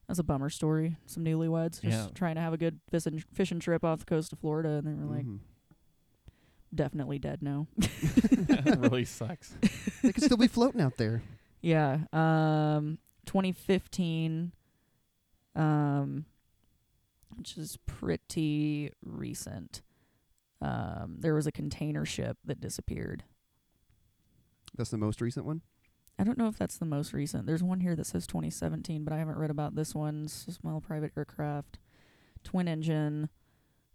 that's a bummer story. Some newlyweds just
Yeah.
trying to have a good fishing fishing trip off the coast of Florida, and they were like,
Mhm.
definitely dead no.
it really sucks.
they could still be floating out there.
Yeah. Um 2015 um which is pretty recent. Um there was a container ship that disappeared.
That's the most recent one.
I don't know if that's the most recent. There's one here that says 2017, but I haven't read about this one. It's a small private aircraft, twin engine.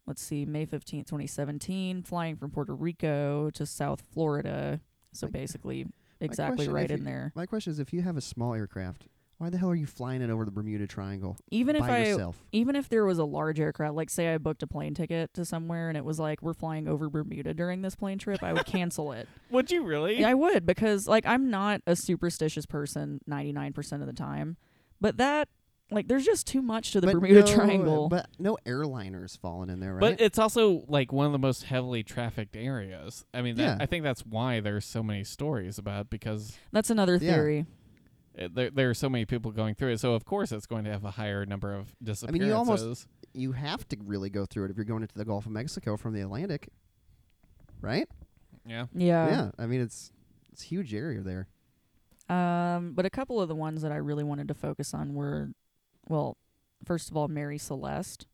Let's see, May 15th, 2017, flying from Puerto Rico to South Florida. So
My-
basically exactly
question,
right
if
in there.
My question is if you have a small aircraft, why the hell are you flying it over the Bermuda Triangle
Even if
by
I
yourself?
even if there was a large aircraft, like say I booked a plane ticket to somewhere and it was like we're flying over Bermuda during this plane trip, I would cancel it.
Would you really?
Yeah, I would because like I'm not a superstitious person 99% of the time, but that like there's just too much to the
But
Bermuda
no-
Triangle.
But no airliners falling in there, right?
But it's also like one of the most heavily trafficked areas. I mean, that,
Yeah.
I think that's why there's so many stories about it because
That's another
Yeah.
theory.
it, there, there are so many people going through it. So of course it's going to have a higher number of disappearances.
you almost- you have to really go through it if you're going into the Gulf of Mexico from the Atlantic, right?
yeah.
Yeah.
yeah, I mean it's it's a huge area there.
Um but a couple of the ones that I really wanted to focus on were well, first of all Mary Celeste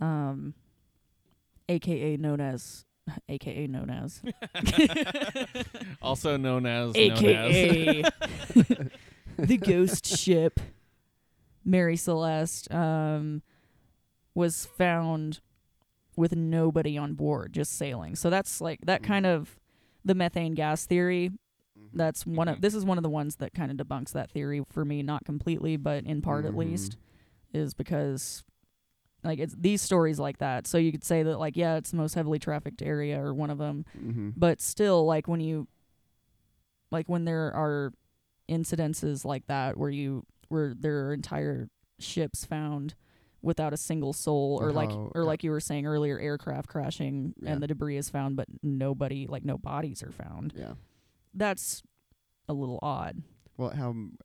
um aka known as aka known as
also known as known as.
aka the ghost ship mary celeste um, was found with nobody on board just sailing so that's like that kind of the methane gas theory that's one
Mhm.
of this is one of the ones that kind of debunks that theory for me not completely but in part
Mhm.
at
Mm-hmm.
least is because like it's these stories like that so you could say that like yeah it's the most heavily trafficked area or one of them
Mm-hmm.
but still like when you like when there are incidences like that where you where there are entire ships found without a single soul or like
Oh,
or
yeah.
like you were saying earlier aircraft crashing
Yeah.
and the debris is found but nobody like no bodies are found
Yeah.
that's a little odd
Well, how m-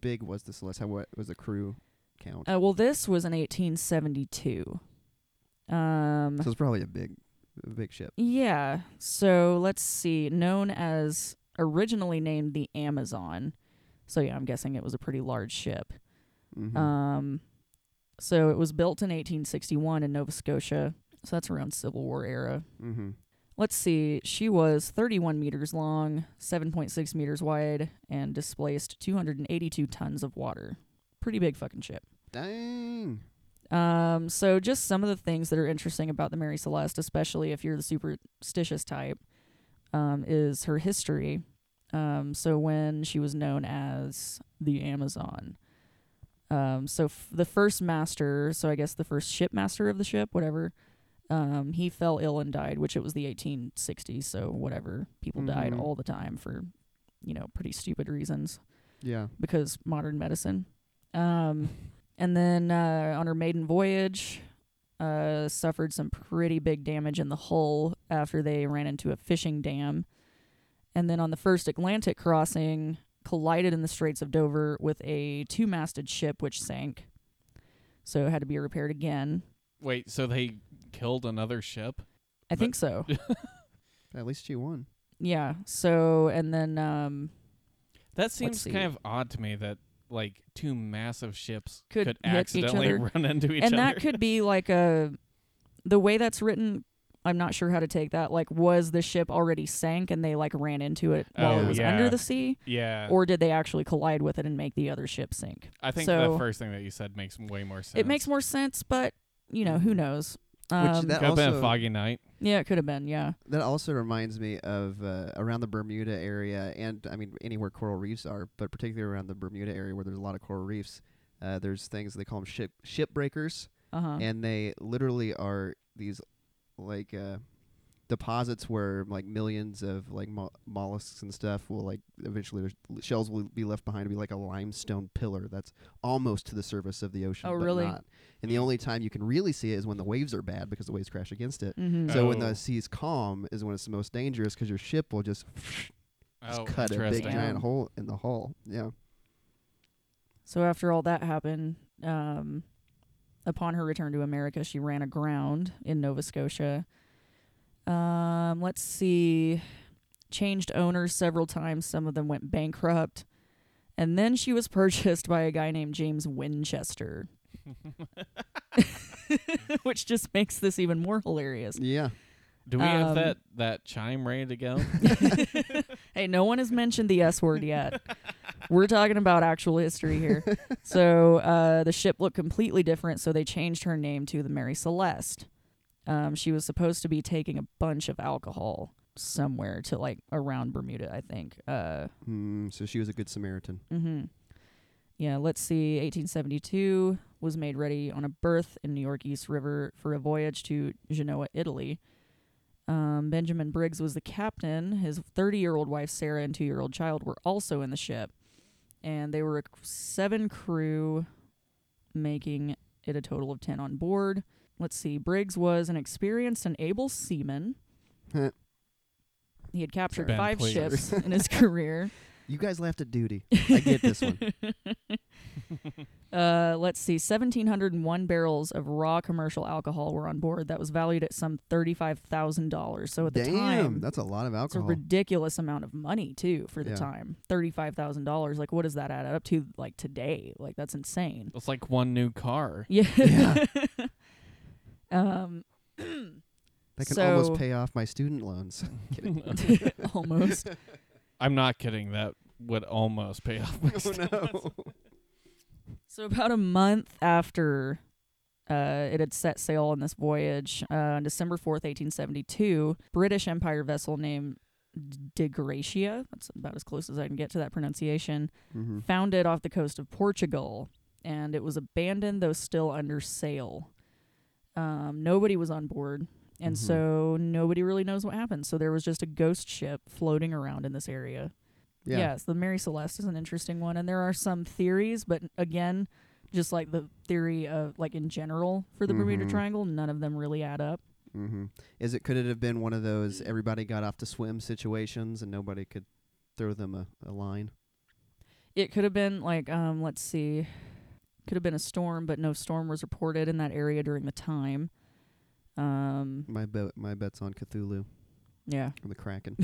big was the Celeste? How what was the crew count?
uh, well this was in 1872 um
so it's probably a big, a big ship.
Yeah. So let's see. Known as originally named the Amazon. So yeah, I'm guessing it was a pretty large ship.
Mm-hmm.
Um, so it was built in 1861 in Nova Scotia. So that's around Civil War era.
mm-hmm.
Let's see. She was 31 meters long, 7.6 meters wide, and displaced 282 tons of water. Pretty big fucking ship.
Dang.
Um, so just some of the things that are interesting about the Mary Celeste, especially if you're the superstitious type, um, is her history. Um, so when she was known as the Amazon. Um, so f- the first master, so I guess the first shipmaster of the ship, whatever, um, he fell ill and died, which it was the 1860s. So whatever, people died
Mhm.
all the time for, you know, pretty stupid reasons
Yeah.
because modern medicine. Um, and then uh, on her maiden voyage, uh, suffered some pretty big damage in the hull after they ran into a fishing dam. And then on the first Atlantic crossing, collided in the Straits of Dover with a two masted ship which sank. So it had to be repaired again.
Wait, so they killed another ship?
I think so.
At least she won.
yeah. So, and then um,
That seems
see.
kind of odd to me that like two massive ships
Could
could,
hit each
accidentally
other.
run into each
and
other.
that could be like a the way that's written i'm not sure how to take that like was the ship already sank and they like ran into it while it
Oh,
was
yeah.
under the sea
yeah.
or did they actually collide with it and make the other ship sink
I think
so-
the first thing that you said makes way more sense.
it makes more sense but you know who knows Um,
that
Could have been a
also-
foggy night.
yeah, it could have been. Yeah.
That also reminds me of uh, around the Bermuda area, and I mean anywhere coral reefs are, but particularly around the Bermuda area where there's a lot of coral reefs. Uh, there's things they call them ship ship breakers,
Uh huh.
and they literally are these like uh, deposits where like millions of like mo- mollusks and stuff will like eventually their sh- shells will be left behind to be like a limestone pillar that's almost to the surface of the ocean.
Oh,
but
really?
Not. And the only time you can really see it is when the waves are bad because the waves crash against it.
Mm-hmm.
So when
Oh.
the sea's calm is when it's the most dangerous because your ship will just, just
Oh,
cut a big
interesting.
giant
Damn.
hole in the hull. Yeah.
So after all that happened, um, upon her return to America, she ran aground in Nova Scotia. Um, let's see, changed owners several times. Some of them went bankrupt, and then she was purchased by a guy named James Winchester, which just makes this even more hilarious.
Yeah.
Do we
Um,
have that that chime ready to go?
hey, no one has mentioned the S word yet. We're talking about actual history here. so uh, the ship looked completely different, so they changed her name to the Mary Celeste. Um, she was supposed to be taking a bunch of alcohol somewhere to like around Bermuda, I think. Uh,
Mm, so she was a good Samaritan.
hmm Yeah, let's see. 1872 was made ready on a berth in New York East River for a voyage to Genoa, Italy. Um, Benjamin Briggs was the captain. His 30 year old wife, Sarah, and two year old child were also in the ship. And they were a c- seven crew, making it a total of 10 on board. Let's see. Briggs was an experienced and able seaman.
Huh.
he had captured
Ben,
five
please.
ships in his career.
You guys laughed at duty. I get this one.
Uh, let's see, 1,701 barrels of raw commercial alcohol were on board. That was valued at some $35,000. So at the
Damn,
time,
that's a lot of
it's a
alcohol.
ridiculous amount of money, too, for the
Yeah.
time. $35,000. Like, what does that add up to, like, today? Like, that's insane.
it's like one new car.
Yeah.
Yeah.
um,
that can
so-
almost pay off my student loans. Kidding.
almost.
I'm not kidding. That would almost pay off.
oh no.
So about a month after uh, it had set sail on this voyage, uh, on December fourth, eighteen seventy-two, British Empire vessel named De Gracia, that's about as close as I can get to that pronunciation,
hmm
founded off the coast of Portugal, and it was abandoned though still under sail. Um, nobody was on board, and
Mhm.
so nobody really knows what happened. So there was just a ghost ship floating around in this area.
Yeah.
Yes, the Mary Celeste is an interesting one, and there are some theories, but again, just like the theory of like in general for the Bermuda
Mhm.
Triangle, none of them really add up.
hmm Is it? Could it have been one of those everybody got off to swim situations and nobody could throw them a, a line?
It could have been like, um, let's see, could have been a storm, but no storm was reported in that area during the time. Um,
My bet. My bet's on Cthulhu
yeah,
or the Kraken.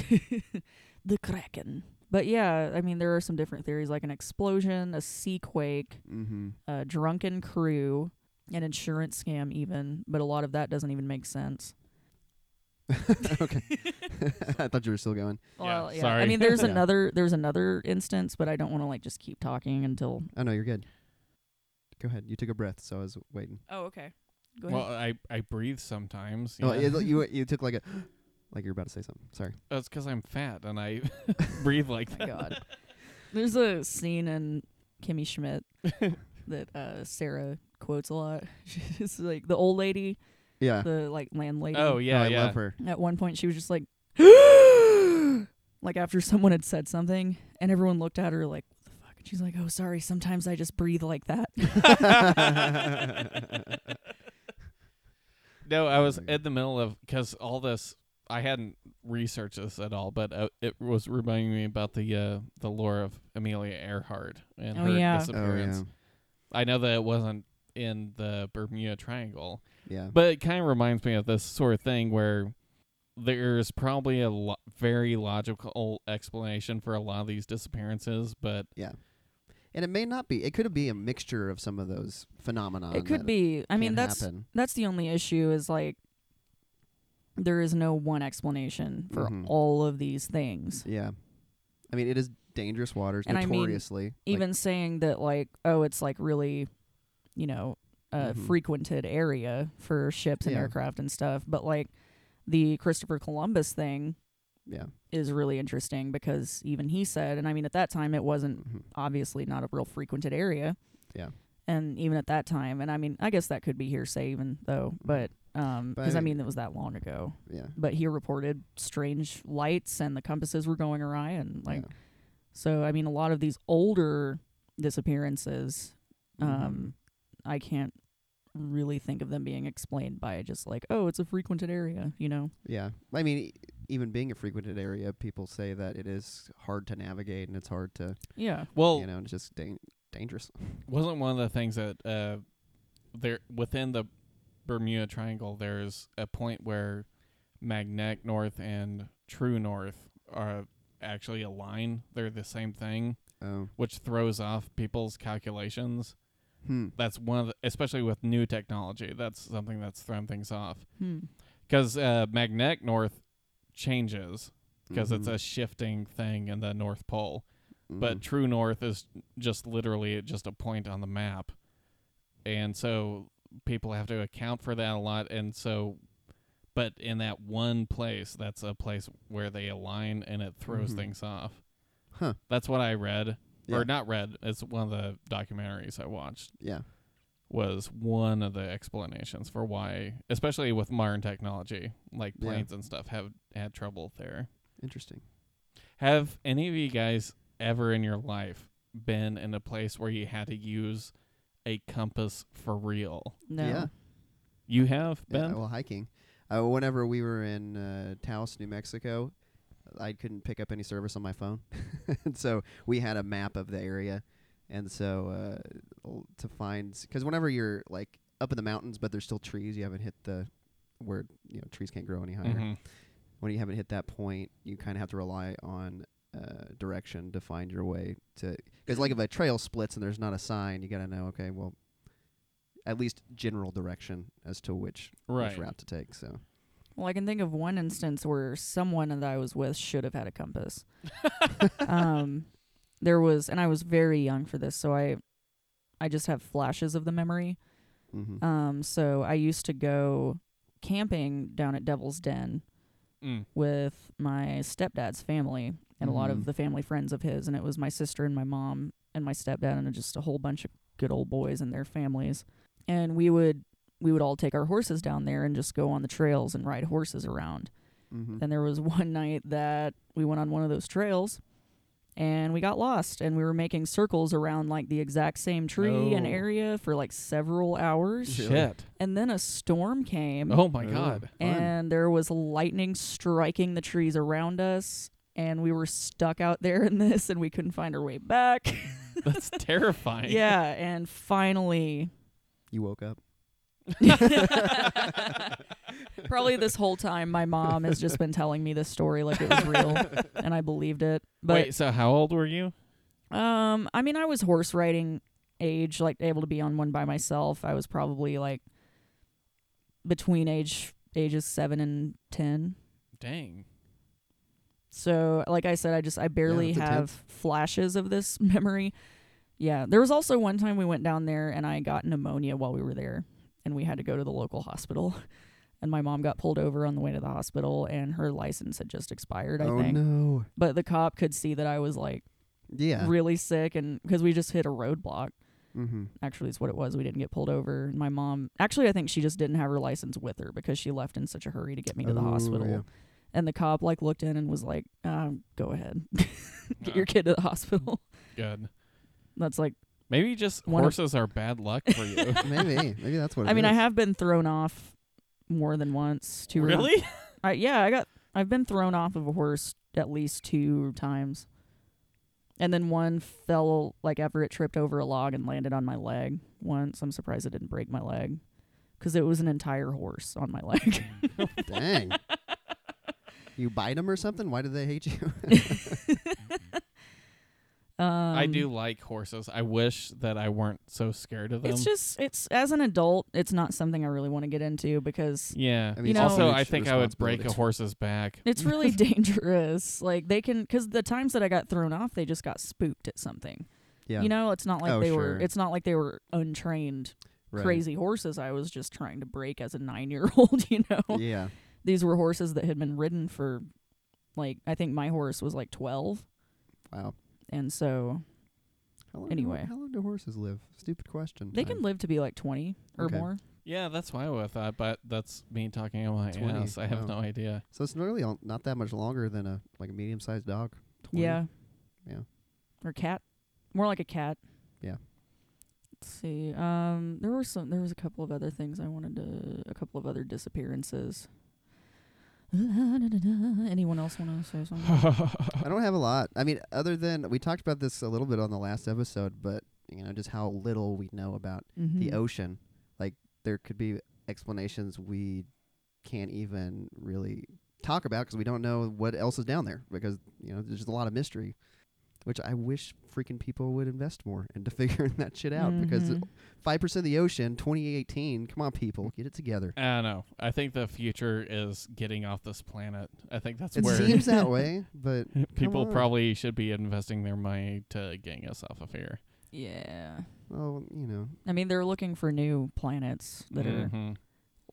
the Kraken. But yeah, I mean, there are some different theories like an explosion, a sea quake,
mm-hmm.
a drunken crew, an insurance scam, even. But a lot of that doesn't even make sense.
okay. I thought you were still going.
Yeah,
Well, yeah. I
sorry.
mean, there's
Yeah.
another there's another instance, but I don't want to like just keep talking until.
Oh no, you're good. Go ahead. You took a breath, so I was waiting.
Oh, okay. Go
Well, I I breathe sometimes.
Oh,
yeah.
you, you you took like a like you're about to say something. Sorry.
That's because Oh, I'm fat and I breathe like
oh my god. There's a scene in Kimmy Schmidt that uh, Sarah quotes a lot. She's like the old lady,
Yeah.
the like landlady.
Oh yeah,
No, I
yeah.
love her.
At one point, she was just like, like after someone had said something, and everyone looked at her like, "What the fuck?" And she's like, "Oh, sorry. Sometimes I just breathe like that."
No, I was
my God.
in the middle of because all this I hadn't researched this at all, but uh, it was reminding me about the uh, the lore of Amelia Earhart and
Oh,
her
yeah. Oh,
Oh
disappearance.
yeah.
I know that it wasn't in the Bermuda Triangle,
Yeah.
but it kind of reminds me of this sort of thing where there's probably a lo- very logical explanation for a lot of these disappearances, but
and it may not be. It could be a mixture of some of those phenomena.
it could be. I mean, that's
happen.
that's the only issue is like there is no one explanation for
Mhm.
all of these things.
Yeah. I mean, it is dangerous waters,
And I mean,
notoriously. Like,
Even saying that like oh it's like really you know uh,
Mhm.
frequented area for ships and
Mm-hmm. Yeah.
aircraft and stuff. But like the Christopher Columbus thing
Yeah.
is really interesting because even he said, and I mean at that time it wasn't
Mhm.
obviously not a real frequented area.
Yeah.
And even at that time, and I mean, I guess that could be hearsay, even though, but um,
But I
because I
mean-
mean, it was that long ago.
Yeah.
But he reported strange lights, and the compasses were going awry, and like,
yeah.
so I mean, a lot of these older disappearances,
Mm-hmm.
um, I can't really think of them being explained by just like, oh, it's a frequented area, you know?
Yeah. I mean, e- even being a frequented area, people say that it is hard to navigate and it's hard to,
Yeah.
Well,
you know, it's just dang- dangerous.
wasn't one of the things that uh, there within the Bermuda Triangle there's a point where magnetic north and true north are actually align. They're the same thing,
Oh.
which throws off people's calculations.
Hmm.
That's one of the, especially with new technology. That's something that's thrown things off
Hmm.
because uh, magnetic north changes because it's
Mhm.
a shifting thing in the North Pole but
Mhm.
true north is just literally just a point on the map and so people have to account for that a lot and so but in that one place that's a place where they align and it throws
Mhm.
things off
Huh.
that's what i read
Yeah.
or not read it's one of the documentaries i watched
yeah.
was one of the explanations for why especially with modern technology like
Yeah.
planes and stuff have had trouble there
Interesting.
have any of you guys ever in your life been in a place where you had to use a compass for real?
No.
Yeah.
You have
Yeah,
been?
well, hiking. Uh, whenever we were in uh, Taos, New Mexico, I couldn't pick up any service on my phone, and so we had a map of the area, and so uh, l- to find because whenever you're like up in the mountains, but there's still trees, you haven't hit the where you know trees can't grow any higher.
Mhm.
When you haven't hit that point, you kind of have to rely on uh, direction to find your way to because like if a trail splits and there's not a sign, you gotta know okay, well, at least general direction as to which
Right. Mm.
which route to take. So
Well, I can think of one instance where someone that I was with should have had a compass. um, there was, and I was very young for this, so I, I just have flashes of the memory.
hmm
Um, so I used to go camping down at Devil's Den
Mm.
with my stepdad's family and a lot
Mhm.
of the family friends of his, and it was my sister and my mom and my stepdad and just a whole bunch of good old boys and their families. And we would we would all take our horses down there and just go on the trails and ride horses around.
hmm
And there was one night that we went on one of those trails and we got lost and we were making circles around like the exact same tree and
Oh.
area for like several hours.
Really?
Shit.
And then a storm came
Oh my
Oh.
god.
Fun.
and there was lightning striking the trees around us and we were stuck out there in this and we couldn't find our way back.
That's terrifying.
yeah, and finally
You woke up.
Probably this whole time my mom has just been telling me this story like it was real and I believed it. But
Wait, so how old were you?
Um, I mean, I was horse riding age, like able to be on one by myself. I was probably like between age ages seven and ten.
Dang.
So, like I said, I just I barely
that's
have
intense.
flashes of this memory. Yeah, there was also one time we went down there and I got pneumonia while we were there, and we had to go to the local hospital. And my mom got pulled over on the way to the hospital, and her license had just expired, I
oh
think.
no!
But the cop could see that I was like
Yeah.
really sick, and because we just hit a roadblock.
mm-hmm.
actually is what it was. We didn't get pulled over. And My mom actually I think she just didn't have her license with her because she left in such a hurry to get me to the
Oh,
hospital.
yeah.
And the cop like looked in and was like, um, "Go ahead, get
Ah,
your kid to the hospital."
good.
That's like,
Maybe just
One of-
horses are bad luck for you.
Maybe. Maybe that's what.
I
it
mean, I
is.
have been thrown off more than once. Two or-
really?
I, yeah, I got. I've been thrown off of a horse at least two times. And then one fell like after it tripped over a log and landed on my leg once. I'm surprised it didn't break my leg because it was an entire horse on my leg.
Dang. you bite them or something? Why do they hate you?
Um,
I do like horses. I wish that I weren't so scared of them.
It's just it's as an adult, it's not something I really want to get into because
yeah.
I
You know-
also,
huge
I think I would break a
responsibility.
horse's back.
it's really dangerous. Like they can because the times that I got thrown off, they just got spooked at something.
Yeah.
You know, it's not like
Oh,
they
sure.
were. It's not like they were untrained
Right.
crazy horses I was just trying to break as a nine year old, you know?
Yeah.
These were horses that had been ridden for, like, I think my horse was like 12.
Wow.
And so
How long do-
Anyway.
how long do horses live? Stupid question.
they can
I'm-
live to be like 20 or
Okay.
more.
Yeah, that's why I would've thought, but that's me talking out my
20,
ass. I have
wow.
no idea.
So it's really all- not that much longer than a like a medium sized dog. 20?
Yeah.
Yeah.
Or cat. More like a cat.
Yeah.
Let's see. Um there were some there was a couple of other things I wanted to a couple of other disappearances. Anyone else want to say something?
I don't have a lot. I mean, other than we talked about this a little bit on the last episode, but you know, just how little we know about the
Mhm.
ocean. Like there could be explanations we can't even really talk about because we don't know what else is down there because you know there's just a lot of mystery. Which I wish freaking people would invest more into figuring that shit out because
Mhm.
five percent of the ocean, 2018. Come on, people, get it together.
I don't know. I think the future is getting off this planet. I think that's
It
where
seems that way, but
people
on.
probably should be investing their money to getting us off of here.
Yeah.
well, you know,
I mean, they're looking for new planets that are
Mhm.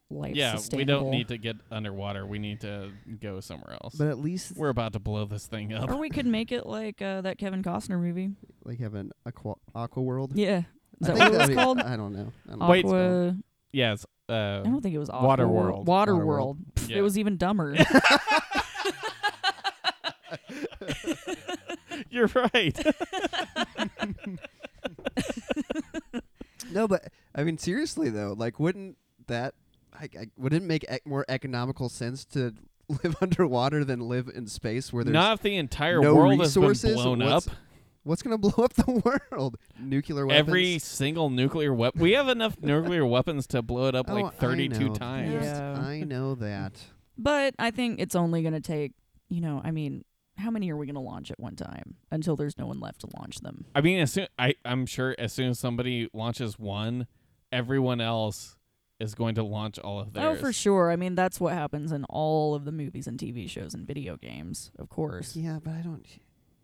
life
yeah, we
sustainable.
don't need to get underwater. We need to go somewhere else.
but at least
We're about to blow this thing up.
Or we could make it like uh, that Kevin Costner movie.
like have an aqua, aqua world.
Yeah. Is
I
that
think
what it
that'd
was
be- um,
called?
I don't know. I don't know.
Wait.
Aqua.
Yeah, it's uh,
I don't think it was Aqua
Waterworld.
Water
Waterworld.
World. Pff,
Yeah.
It was even dumber.
you're right.
No, but I mean seriously though, like wouldn't that I, I wouldn't it make ec- more economical sense to live underwater than live in space where there's
Not if the entire
no
world has
resources.
been blown up.
What's- what's going to blow up the world? Nuclear weapons.
Every single nuclear weapon. We have enough nuclear weapons to blow it up
Oh, I
like 32
know.
times.
Yeah.
I know that.
but I think it's only going to take, you know, I mean, how many are we going to launch at one time until there's no one left to launch them?
I mean, as soon I, I'm sure as soon as somebody launches one, everyone else is going to launch all of
Oh,
theirs.
for sure. I mean, that's what happens in all of the movies and TV shows and video games, of course.
Yeah, but I don't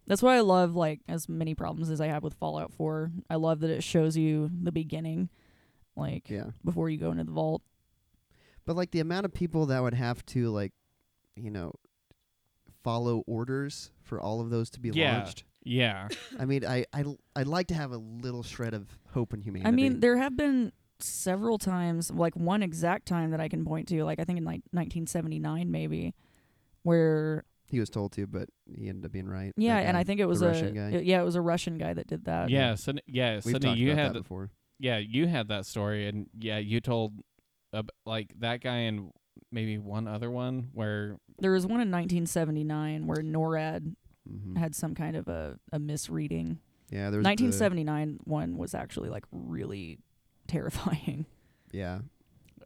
That's why I love like as many problems as I have with Fallout 4. I love that it shows you the beginning, like
yeah.
before you go into the vault.
But like the amount of people that would have to like you know follow orders for all of those to be
Yeah.
launched.
Yeah.
I mean, I I I'd like to have a little shred of hope in humanity.
I mean, there have been several times, like one exact time that I can point to, like I think in like 1979 maybe, where
he was told to, but he ended up being right. That
yeah, and
guy.
I think it was
um, the
a
Russian guy.
yeah, it was a Russian guy that did that.
Yeah. So, yeah.
Uh, We've
Sydney,
talked
you
about
had
that before.
yeah, you had that story, and yeah, you told ab- like that guy and maybe one other one where
There was one in 1979 where NORAD
Mhm.
had some kind of a, a misreading.
Yeah, there was the-
1979 one was actually like really terrifying.
yeah,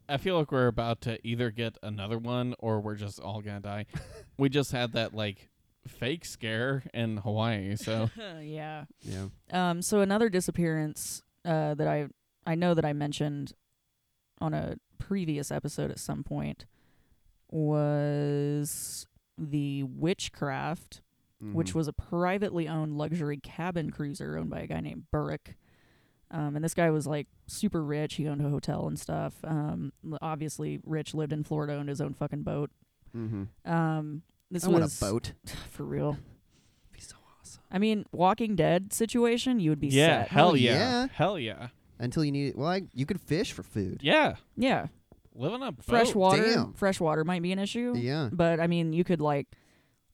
I feel like we're about to either get another one or we're just all gonna die. we just had that like fake scare in Hawaii, so
yeah.
yeah.
Um, so another disappearance uh, that I I know that I mentioned on a previous episode at some point was the Witchcraft, which
Mhm.
was a privately owned luxury cabin cruiser owned by a guy named Burrick. Um, and this guy was like super rich. He owned a hotel and stuff. Um, l- obviously, rich lived in Florida, owned his own fucking boat.
Mhm.
Um, this
I
was
want a boat.
for real.
Be so awesome.
I mean, Walking Dead situation, you would be
yeah,
set.
hell
Hell
yeah.
yeah.
hell yeah,
Until you need, well, I, you could fish for food.
yeah,
yeah.
living up
fresh water
Oh, damn.
fresh water might be an issue
Yeah,
but i mean you could like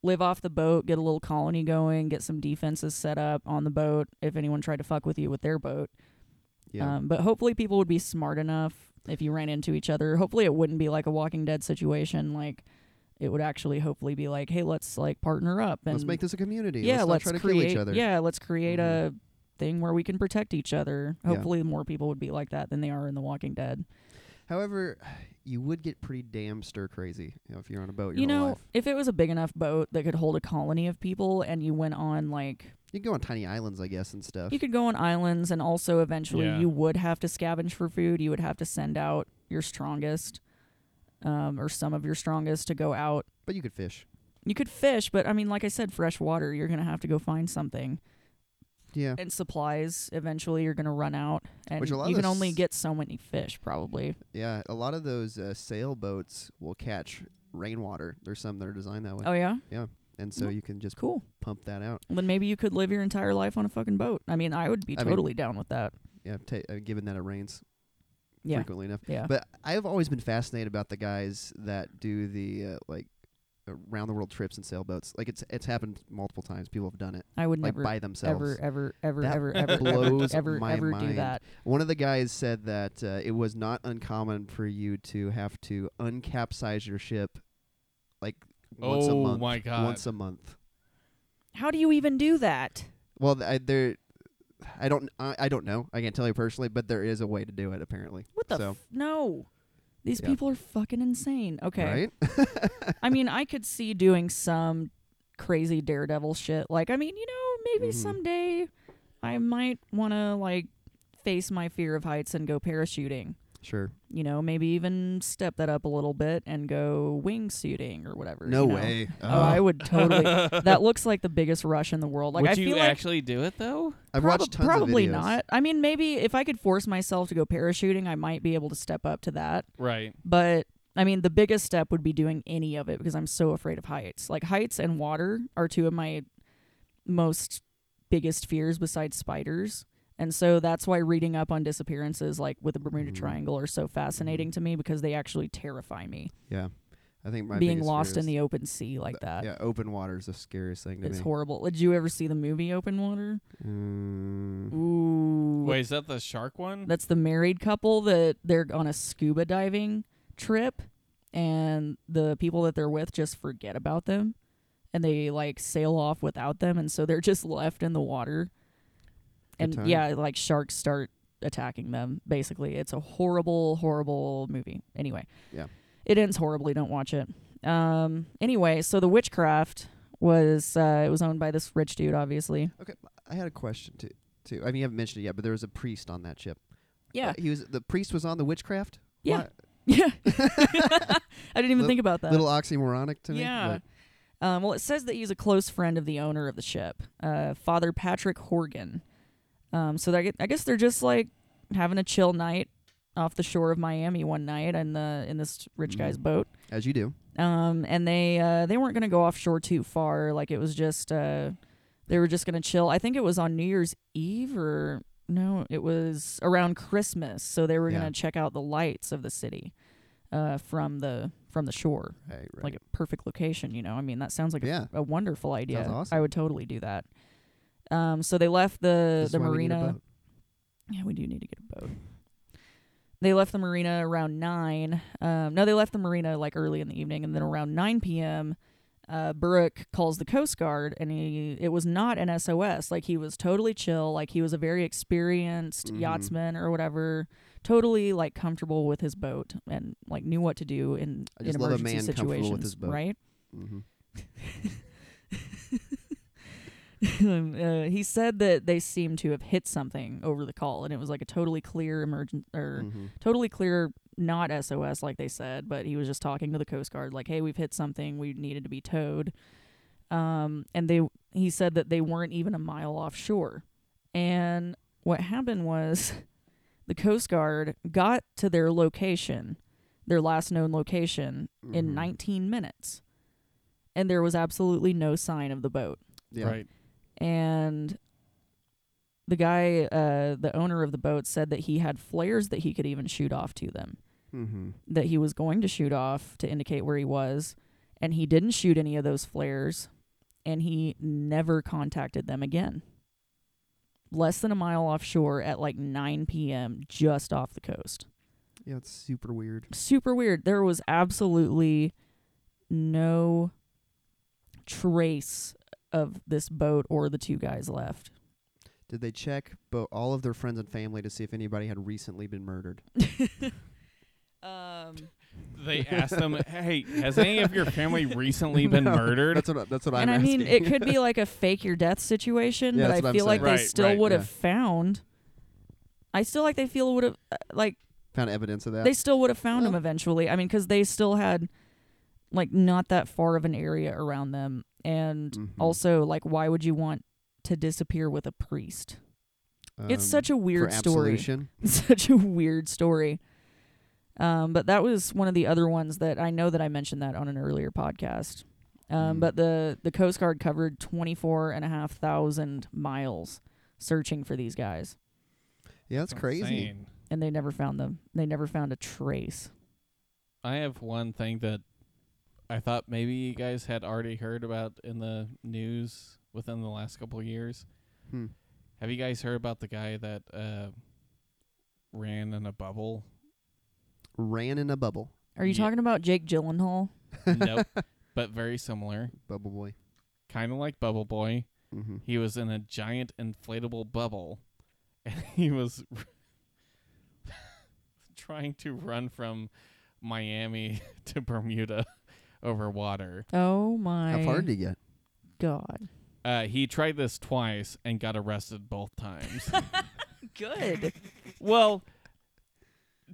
live off the boat get a little colony going get some defenses set up on the boat if anyone tried to fuck with you with their boat
yeah.
um, but hopefully people would be smart enough if you ran into each other hopefully it wouldn't be like a walking dead situation like it would actually hopefully be like hey let's like partner up and
let's make this a community.
yeah
let's, not
let's,
try to
create
kill each other. Mm-hmm.
yeah let's create a thing where we can protect each other
Yeah.
hopefully more people would be like that than they are in the walking dead
However, you would get pretty damn stir crazy you know, if you're on a boat. Your
you
whole
know,
life.
if it was a big enough boat that could hold a colony of people and you went on like
you can go on tiny islands, I guess, and stuff.
you could go on islands and also eventually
Yeah.
you would have to scavenge for food, you would have to send out your strongest um or some of your strongest to go out.
but you could fish.
You could fish, but I mean like I said fresh water, you're going to have to go find something.
Yeah.
and supplies eventually you're going to run out and
Which a lot
you
of
can only
s-
get so many fish probably
Yeah. A lot of those uh, sailboats will catch rainwater. There's some that are designed that way.
oh yeah
And so
Well,
you can just
cool
pump that out.
then maybe you could live your entire life on a fucking boat i mean i would be
I mean-
totally down with that
Yeah. Ta uh, given that it rains
yeah
frequently enough.
yeah
But I've always been fascinated about the guys that do the uh, like around the world trips in sailboats. Like it's it's happened multiple times. People have done it
i would
like
never
by themselves.
ever ever ever
That
ever ever
blows
ever
my
ever do
mind.
that
One of the guys said that uh, it was not uncommon for you to have to uncapsize your ship like once a
Oh
month.
my God.
Once a month.
how do you even do that
Well, th- I, there I don't I, I don't know. I can't tell you personally, but there is a way to do it apparently.
what the
so,
f- no these
Yeah.
people are fucking insane okay
Right?
I mean, I could see doing some crazy daredevil shit. Like, I mean, you know, maybe
Mhm.
someday I might want to like face my fear of heights and go parachuting.
Sure.
You know, maybe even step that up a little bit and go wingsuiting or whatever.
No
you know?
way.
Oh, I would totally. that looks like the biggest rush in the world. Like,
Would
I
you
feel like
actually do it though?
I've
prob-
watched tons
probably
of videos.
not. I mean, maybe if I could force myself to go parachuting, I might be able to step up to that.
Right.
But I mean, the biggest step would be doing any of it because I'm so afraid of heights. Like heights and water are two of my most biggest fears besides spiders. And so that's why reading up on disappearances like with the Bermuda
Mhm.
Triangle are so fascinating
Mm-hmm.
to me because they actually terrify me.
Yeah. I think my
Being
biggest
lost
fear
in
is
the open sea like that.
Yeah, open water is the scariest thing to
It's
me.
horrible. Did you ever see the movie Open Water?
Mm,
Ooh.
Wait, is that the shark one?
That's the married couple that they're on a scuba diving trip, and the people that they're with just forget about them, and they like sail off without them, and so they're just left in the water.
Good
And
time.
yeah, like sharks start attacking them. Basically, it's a horrible, horrible movie. Anyway,
Yeah.
it ends horribly. Don't watch it. Um. Anyway, so the witchcraft was uh, it was owned by this rich dude, obviously.
I had a question too. Too. I mean, you haven't mentioned it yet, but there was a priest on that ship.
Yeah.
Uh, he was the priest was on the witchcraft.
Yeah.
Why-
Yeah. I didn't even
Lit-
think about that.
little oxymoronic to me.
Yeah. Um, well, it says that he's a close friend of the owner of the ship, uh, Father Patrick Horgan. Um, so they, I guess they're just like having a chill night off the shore of Miami one night in the in this rich guy's
Mhm.
boat.
but- as you do.
Um, and they uh, they weren't gonna go offshore too far. Like it was just uh, they were just gonna chill. I think it was on New Year's Eve or no, it was around Christmas. So they were
Yeah.
gonna check out the lights of the city uh, from the from the shore
Right. Right.
like a perfect location. You know, I mean, that sounds like
Yeah.
a, a wonderful idea.
awesome.
I would totally do that. Um, so they left the
This is
the
why we need a
marina.
boat.
Yeah, we do need to get a boat. They left the marina around nine. Um, no, they left the marina like early in the evening, and then around nine p.m. Uh, Burke calls the Coast Guard, and he it was not an SOS. Like he was totally chill. Like he was a very experienced
Mhm.
yachtsman or whatever. Totally like comfortable with his boat and like knew what to do in,
I just
in
love a
emergency
man comfortable with
situations,
his boat.
right?
Mhm.
Um, uh, he said that they seemed to have hit something over the call, and it was like a totally clear emergent or
Mhm.
totally clear, not SOS like they said, but he was just talking to the Coast Guard, like, "Hey, we've hit something. We needed to be towed." Um, and they he said that they weren't even a mile offshore, and what happened was the Coast Guard got to their location, their last known location, in
Mhm.
19 minutes, and there was absolutely no sign of the boat
Yeah.
Right.
and the guy uh the owner of the boat said that he had flares that he could even shoot off to them
Mm-hmm.
that he was going to shoot off to indicate where he was and he didn't shoot any of those flares and he never contacted them again less than a mile offshore at like 9 p.m just off the coast
Yeah, it's super weird.
super weird there was absolutely no trace of this boat or the two guys left
Did they check bo- all of their friends and family to see if anybody had recently been murdered?
um,
They asked them, "Hey, has any of your family recently been
No,
murdered?"
That's what I- that's what
and
I'm
I mean,
asking.
it could be like a fake your death situation,
Yeah, that's
but
what
I
I'm
feel like
saying.
they
Right,
still
right,
would have
yeah.
found. I still like they feel would have uh, like
found evidence of that.
they still would have found him
Well-
eventually. I mean, because they still had like not that far of an area around them, and
Mhm.
also like why would you want to disappear with a priest.
Um,
it's such a
for
weird story.
absolution.
such a weird story. Um, but that was one of the other ones that I know that I mentioned that on an earlier podcast. Um,
Mm.
But the the Coast Guard covered twenty four and a half thousand miles searching for these guys,
Yeah, that's crazy.
Insane.
and they never found them. They never found a trace.
I have one thing that I thought maybe you guys had already heard about in the news within the last couple of years.
Hmm.
Have you guys heard about the guy that uh, ran in a bubble?
Ran in a bubble.
Are you
Yeah.
talking about Jake Gyllenhaal?
nope, but very similar,
Bubble boy.
kind of like Bubble Boy.
hmm
He was in a giant inflatable bubble, and he was trying to run from Miami to Bermuda over water.
Oh my
How far did he get?
god!
Uh, he tried this twice and got arrested both times.
Good.
well,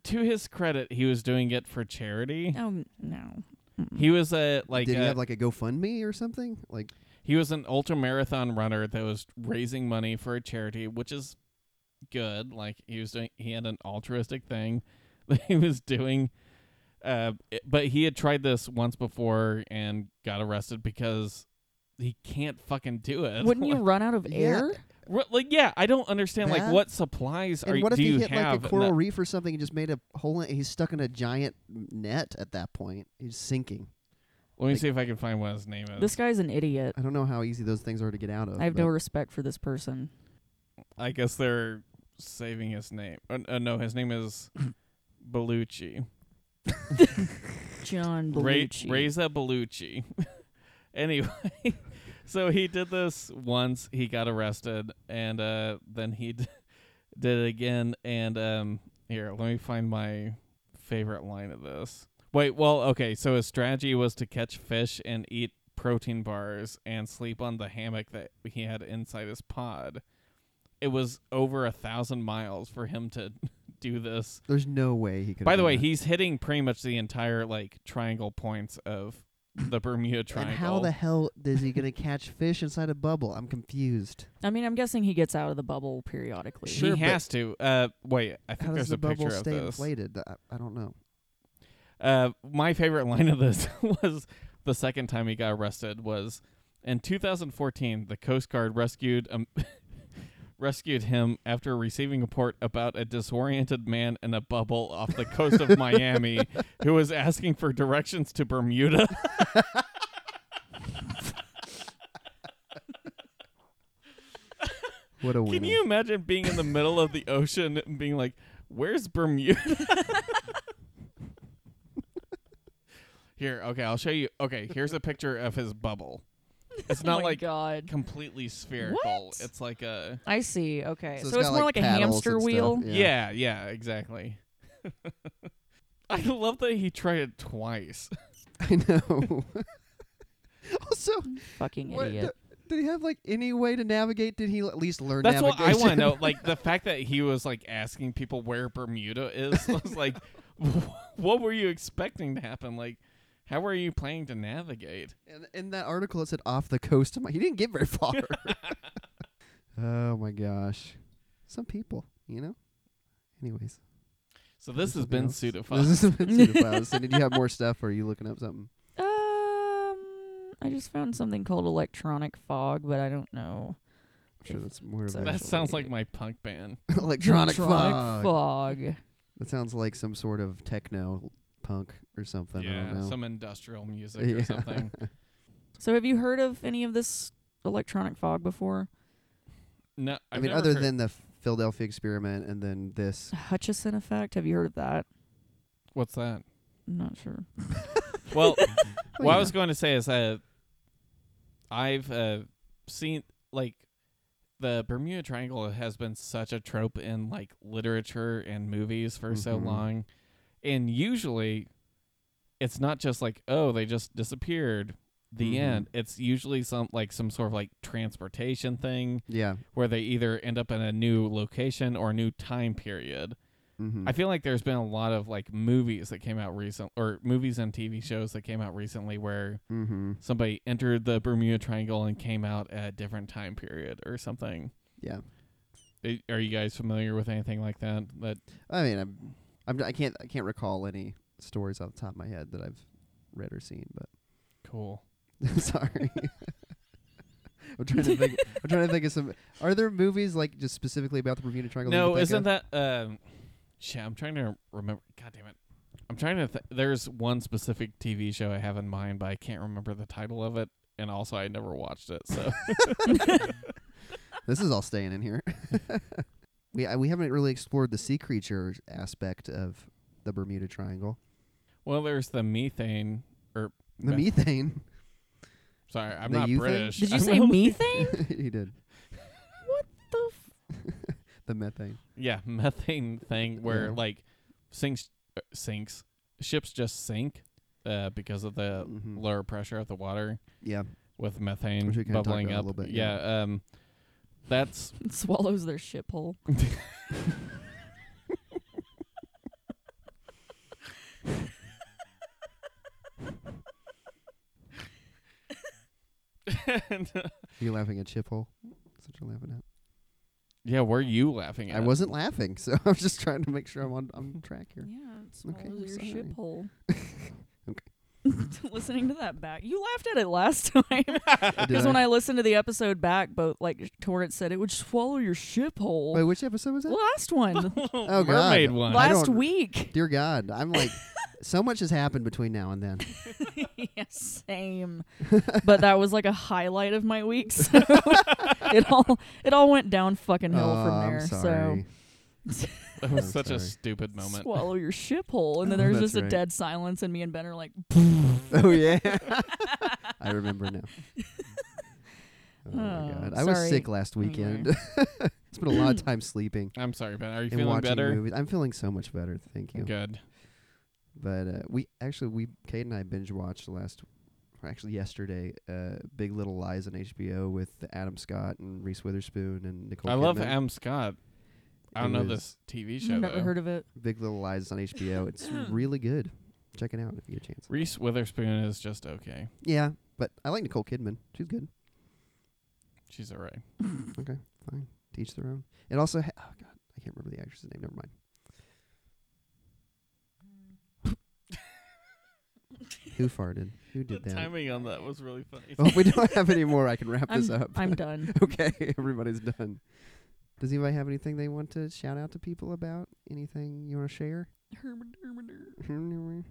to his credit, he was doing it for charity.
um, no. Mm-mm.
He was a like,
Oh. did he
uh,
have like a GoFundMe or something? Like,
he was an ultra marathon runner that was raising money for a charity, which is good. Like he was doing, he had an altruistic thing that he was doing. Uh, it- but he had tried this once before and got arrested because he can't fucking do it.
Wouldn't you
Like-
run out of
Yeah.
air?
Ru- like yeah, I don't understand like
That-
what supplies are
and what if
do
he
you
hit
have
like
in
a
that-
coral reef or something and just made a hole? In, he's stuck in a giant net at that point. He's sinking.
Let me
like-
see if I can find what his name is.
This guy's an idiot.
I don't know how easy those things are to get out of.
I have
but
no respect for this person.
I guess they're saving his name. Uh, uh, no, his name is Bellucci.
John
Ra-
Belushi.
Reza Bellucci. anyway, so he did this once. He got arrested, and uh, then he d- did it again. And um, here, let me find my favorite line of this. Wait, well, okay. So his strategy was to catch fish and eat protein bars and sleep on the hammock that he had inside his pod. It was over a thousand miles for him to do this
There's no way he could.
by the way, he's hitting pretty much the entire like triangle points of the Bermuda Triangle.
And how the hell is he gonna catch fish inside a bubble? I'm confused.
I mean, I'm guessing he gets out of the bubble periodically.
Sure,
he
but-
has to. Uh, wait, I think
How does
there's
the
a picture
bubble
of
stay
this.
inflated? I, I don't know.
Uh, my favorite line of this was the second time he got arrested was in 2014. The Coast Guard rescued um, rescued him after receiving a report about a disoriented man in a bubble off the coast of Miami who was asking for directions to Bermuda.
What a winner!
Can you imagine being in the middle of the ocean and being like, "Where's Bermuda?" Here, okay, I'll show you. Okay, here's a picture of his bubble. It's
oh
not
my
like
God.
completely spherical.
What?
It's like a
I see. Okay,
So
so,
it's
it's
got,
more
like,
like, a
paddles
hamster
and stuff,
wheel.
yeah.
yeah, yeah, exactly. I love that he tried it twice.
I know. also,
Fucking
what,
idiot.
did he have like any way to navigate? Did he at least learn?
That's what I
navigation?
want to know. Like the fact that he was like asking people where Bermuda is was like, what were you expecting to happen? Like, how were you planning to navigate?
In, in that article, it said off the coast of my. He didn't get very far. oh my gosh, some people, you know. Anyways,
So this has
something
been
else?
pseudophile.
This has been pseudophiles. So did you have more stuff, or are you looking up something?
Um, I just found something called electronic fog, but I don't know.
I'm sure that's more of
So
that
an
that's-
sounds like my punk band.
electronic
Electronic
fog.
fog.
That sounds like some sort of techno punk or something. I don't
yeah,
know.
some industrial music or
Yeah.
something.
So have you heard of any of this electronic fog before?
No,
I
I've
mean,
never
other
heard-
than the Philadelphia experiment and then this.
Hutchison effect. Have you heard of that?
what's that?
I'm not sure.
Well,
Well, what I
Oh, yeah.
was going to say is uh, I've uh, seen like the Bermuda Triangle has been such a trope in like literature and movies for so
Mhm.
long, and usually it's not just like oh they just disappeared. The
Mhm.
end. It's usually some like some sort of like transportation thing.
Yeah.
where they either end up in a new location or a new time period.
hmm
I feel like there's been a lot of like movies that came out recent or movies and TV shows that came out recently where
hmm
somebody entered the Bermuda Triangle and came out at a different time period or something.
Yeah.
I- Are you guys familiar with anything like that? That
I mean, I'm, I'm I can't I can't recall any stories off the top of my head that I've read or seen, but
cool.
I'm sorry. I'm trying to think. I'm trying to think of some. Are there movies like just specifically about the Bermuda Triangle?
No, isn't that um shit, I'm trying to remember god damn it. I'm trying to th- there's one specific TV show I have in mind but I can't remember the title of it and also I never watched it. So
This is all staying in here. we I, we haven't really explored the sea creature aspect of the Bermuda Triangle.
well there's the methane or
The
Yeah.
methane.
sorry, I'm
The
not
euthane?
British.
Did you
I'm
say
not-
methane?
he did
What the? F-
the methane.
Yeah, methane thing where
Yeah.
like sinks uh, sinks ships just sink uh, because of the
Mhm.
lower pressure of the water
Yeah,
with methane
Which we kinda talked
bubbling
about
up.
a little bit,
yeah. um that's
it swallows their shit hole.
you're laughing at chip hole. That's what you're laughing at.
yeah, were you laughing at?
I wasn't laughing, so I'm just trying to make sure I'm on I'm on track
Yeah,
here.
it
Okay,
swallows
I'm
your
sorry.
ship hole. Listening to that back, you laughed at it last time.
Did
Because when I listened to the episode back, both like Torrent said, it would swallow your ship hole.
Wait, which episode was that?
Last one,
Oh, God.
Mermaid one.
I
last
don't-
week.
Dear God, I'm like, so much has happened between now and then.
yeah, same. but that was like a highlight of my week. So it all it all went down fucking hill
Oh,
from there.
I'm sorry.
That was
I'm
such a
sorry.
stupid
So
moment.
swallow your ship hole, and then
Oh,
there's
that's
just a
right.
dead silence, and me and Ben are like,
oh yeah, I remember now. Oh, my
Oh,
God, I was
sorry.
sick last weekend. it's been a lot of time sleeping
I'm sorry, Ben. Are you
and
feeling
watching
better?
movies. I'm feeling so much better, thank you.
Good.
But uh, we actually we Kate and I binge watched the last, or actually yesterday, uh, Big Little Lies on HBO with Adam Scott and Reese Witherspoon and Nicole.
I love
Kidman.
M. Scott. I don't
It
know
was-
this TV show.
I've never
though.
heard of it.
Big Little Lies is on HBO. It's really good. Check it out if you get a chance.
Reese Witherspoon is just okay.
Yeah, but I like Nicole Kidman. She's good.
She's alright.
Okay, fine. Teach their own. It also ha- oh god, I can't remember the actress's name. Never mind. Who farted? Who did
The
that?
timing on that was really funny.
Well, we don't have any more. I can wrap
I'm,
this up.
I'm done.
okay, everybody's done. Does anybody have anything they want to shout out to people about? Anything you want to share?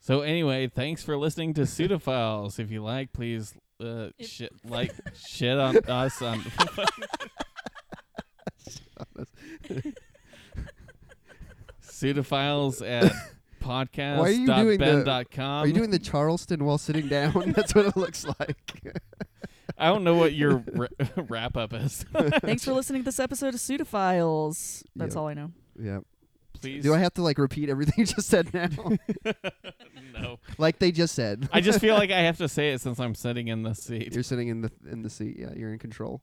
So anyway, thanks for listening to Pseudophiles. If you like, please uh,
If-
shit like shit on us on Pseudophiles at
Why are you doing the-
podcast.ben.com.
Are you doing the Charleston while sitting down? That's what it looks like.
I don't know what your ra- wrap up is.
Thanks for listening to this episode of Pseudophiles. That's
Yeah.
all I know.
yeah.
Please.
Do I have to like repeat everything you just said now?
no.
like they just said.
I just feel like I have to say it since I'm sitting in the seat.
you're sitting in the in the seat. Yeah, you're in control.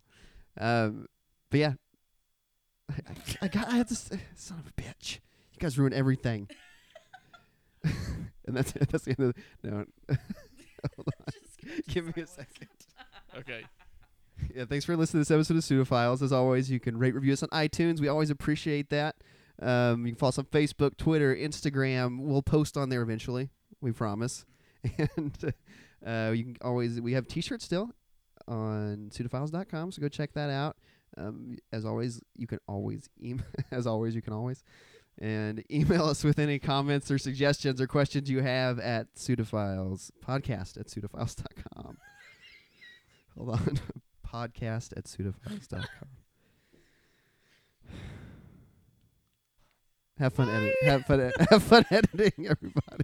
Um, but yeah, I, I, I got. I had to. s- Son of a bitch! You guys ruined everything. and that's that's the end of. The, no. Hold on. Give me a second.
Okay.
Yeah, thanks for listening to this episode of Pseudophiles. As always, you can rate review us on iTunes. We always appreciate that. Um, you can follow us on Facebook, Twitter, Instagram. We'll post on there eventually. We promise. And uh, you can always we have T-shirts still on pseudophiles.com, so go check that out. Um, as always, you can always email. As always, you can always and email us with any comments or suggestions or questions you have at pseudophiles podcast at pseudophiles.com. Hold on podcast at pseudophiles.com. have fun edit. Have fun. e- have fun editing, everybody.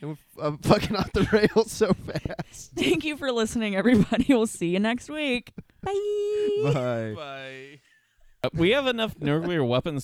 and we're f- I'm fucking off the rails so fast.
Thank you for listening, everybody. We'll see you next week. Bye.
Bye.
Bye. Uh, we have enough nuclear weapons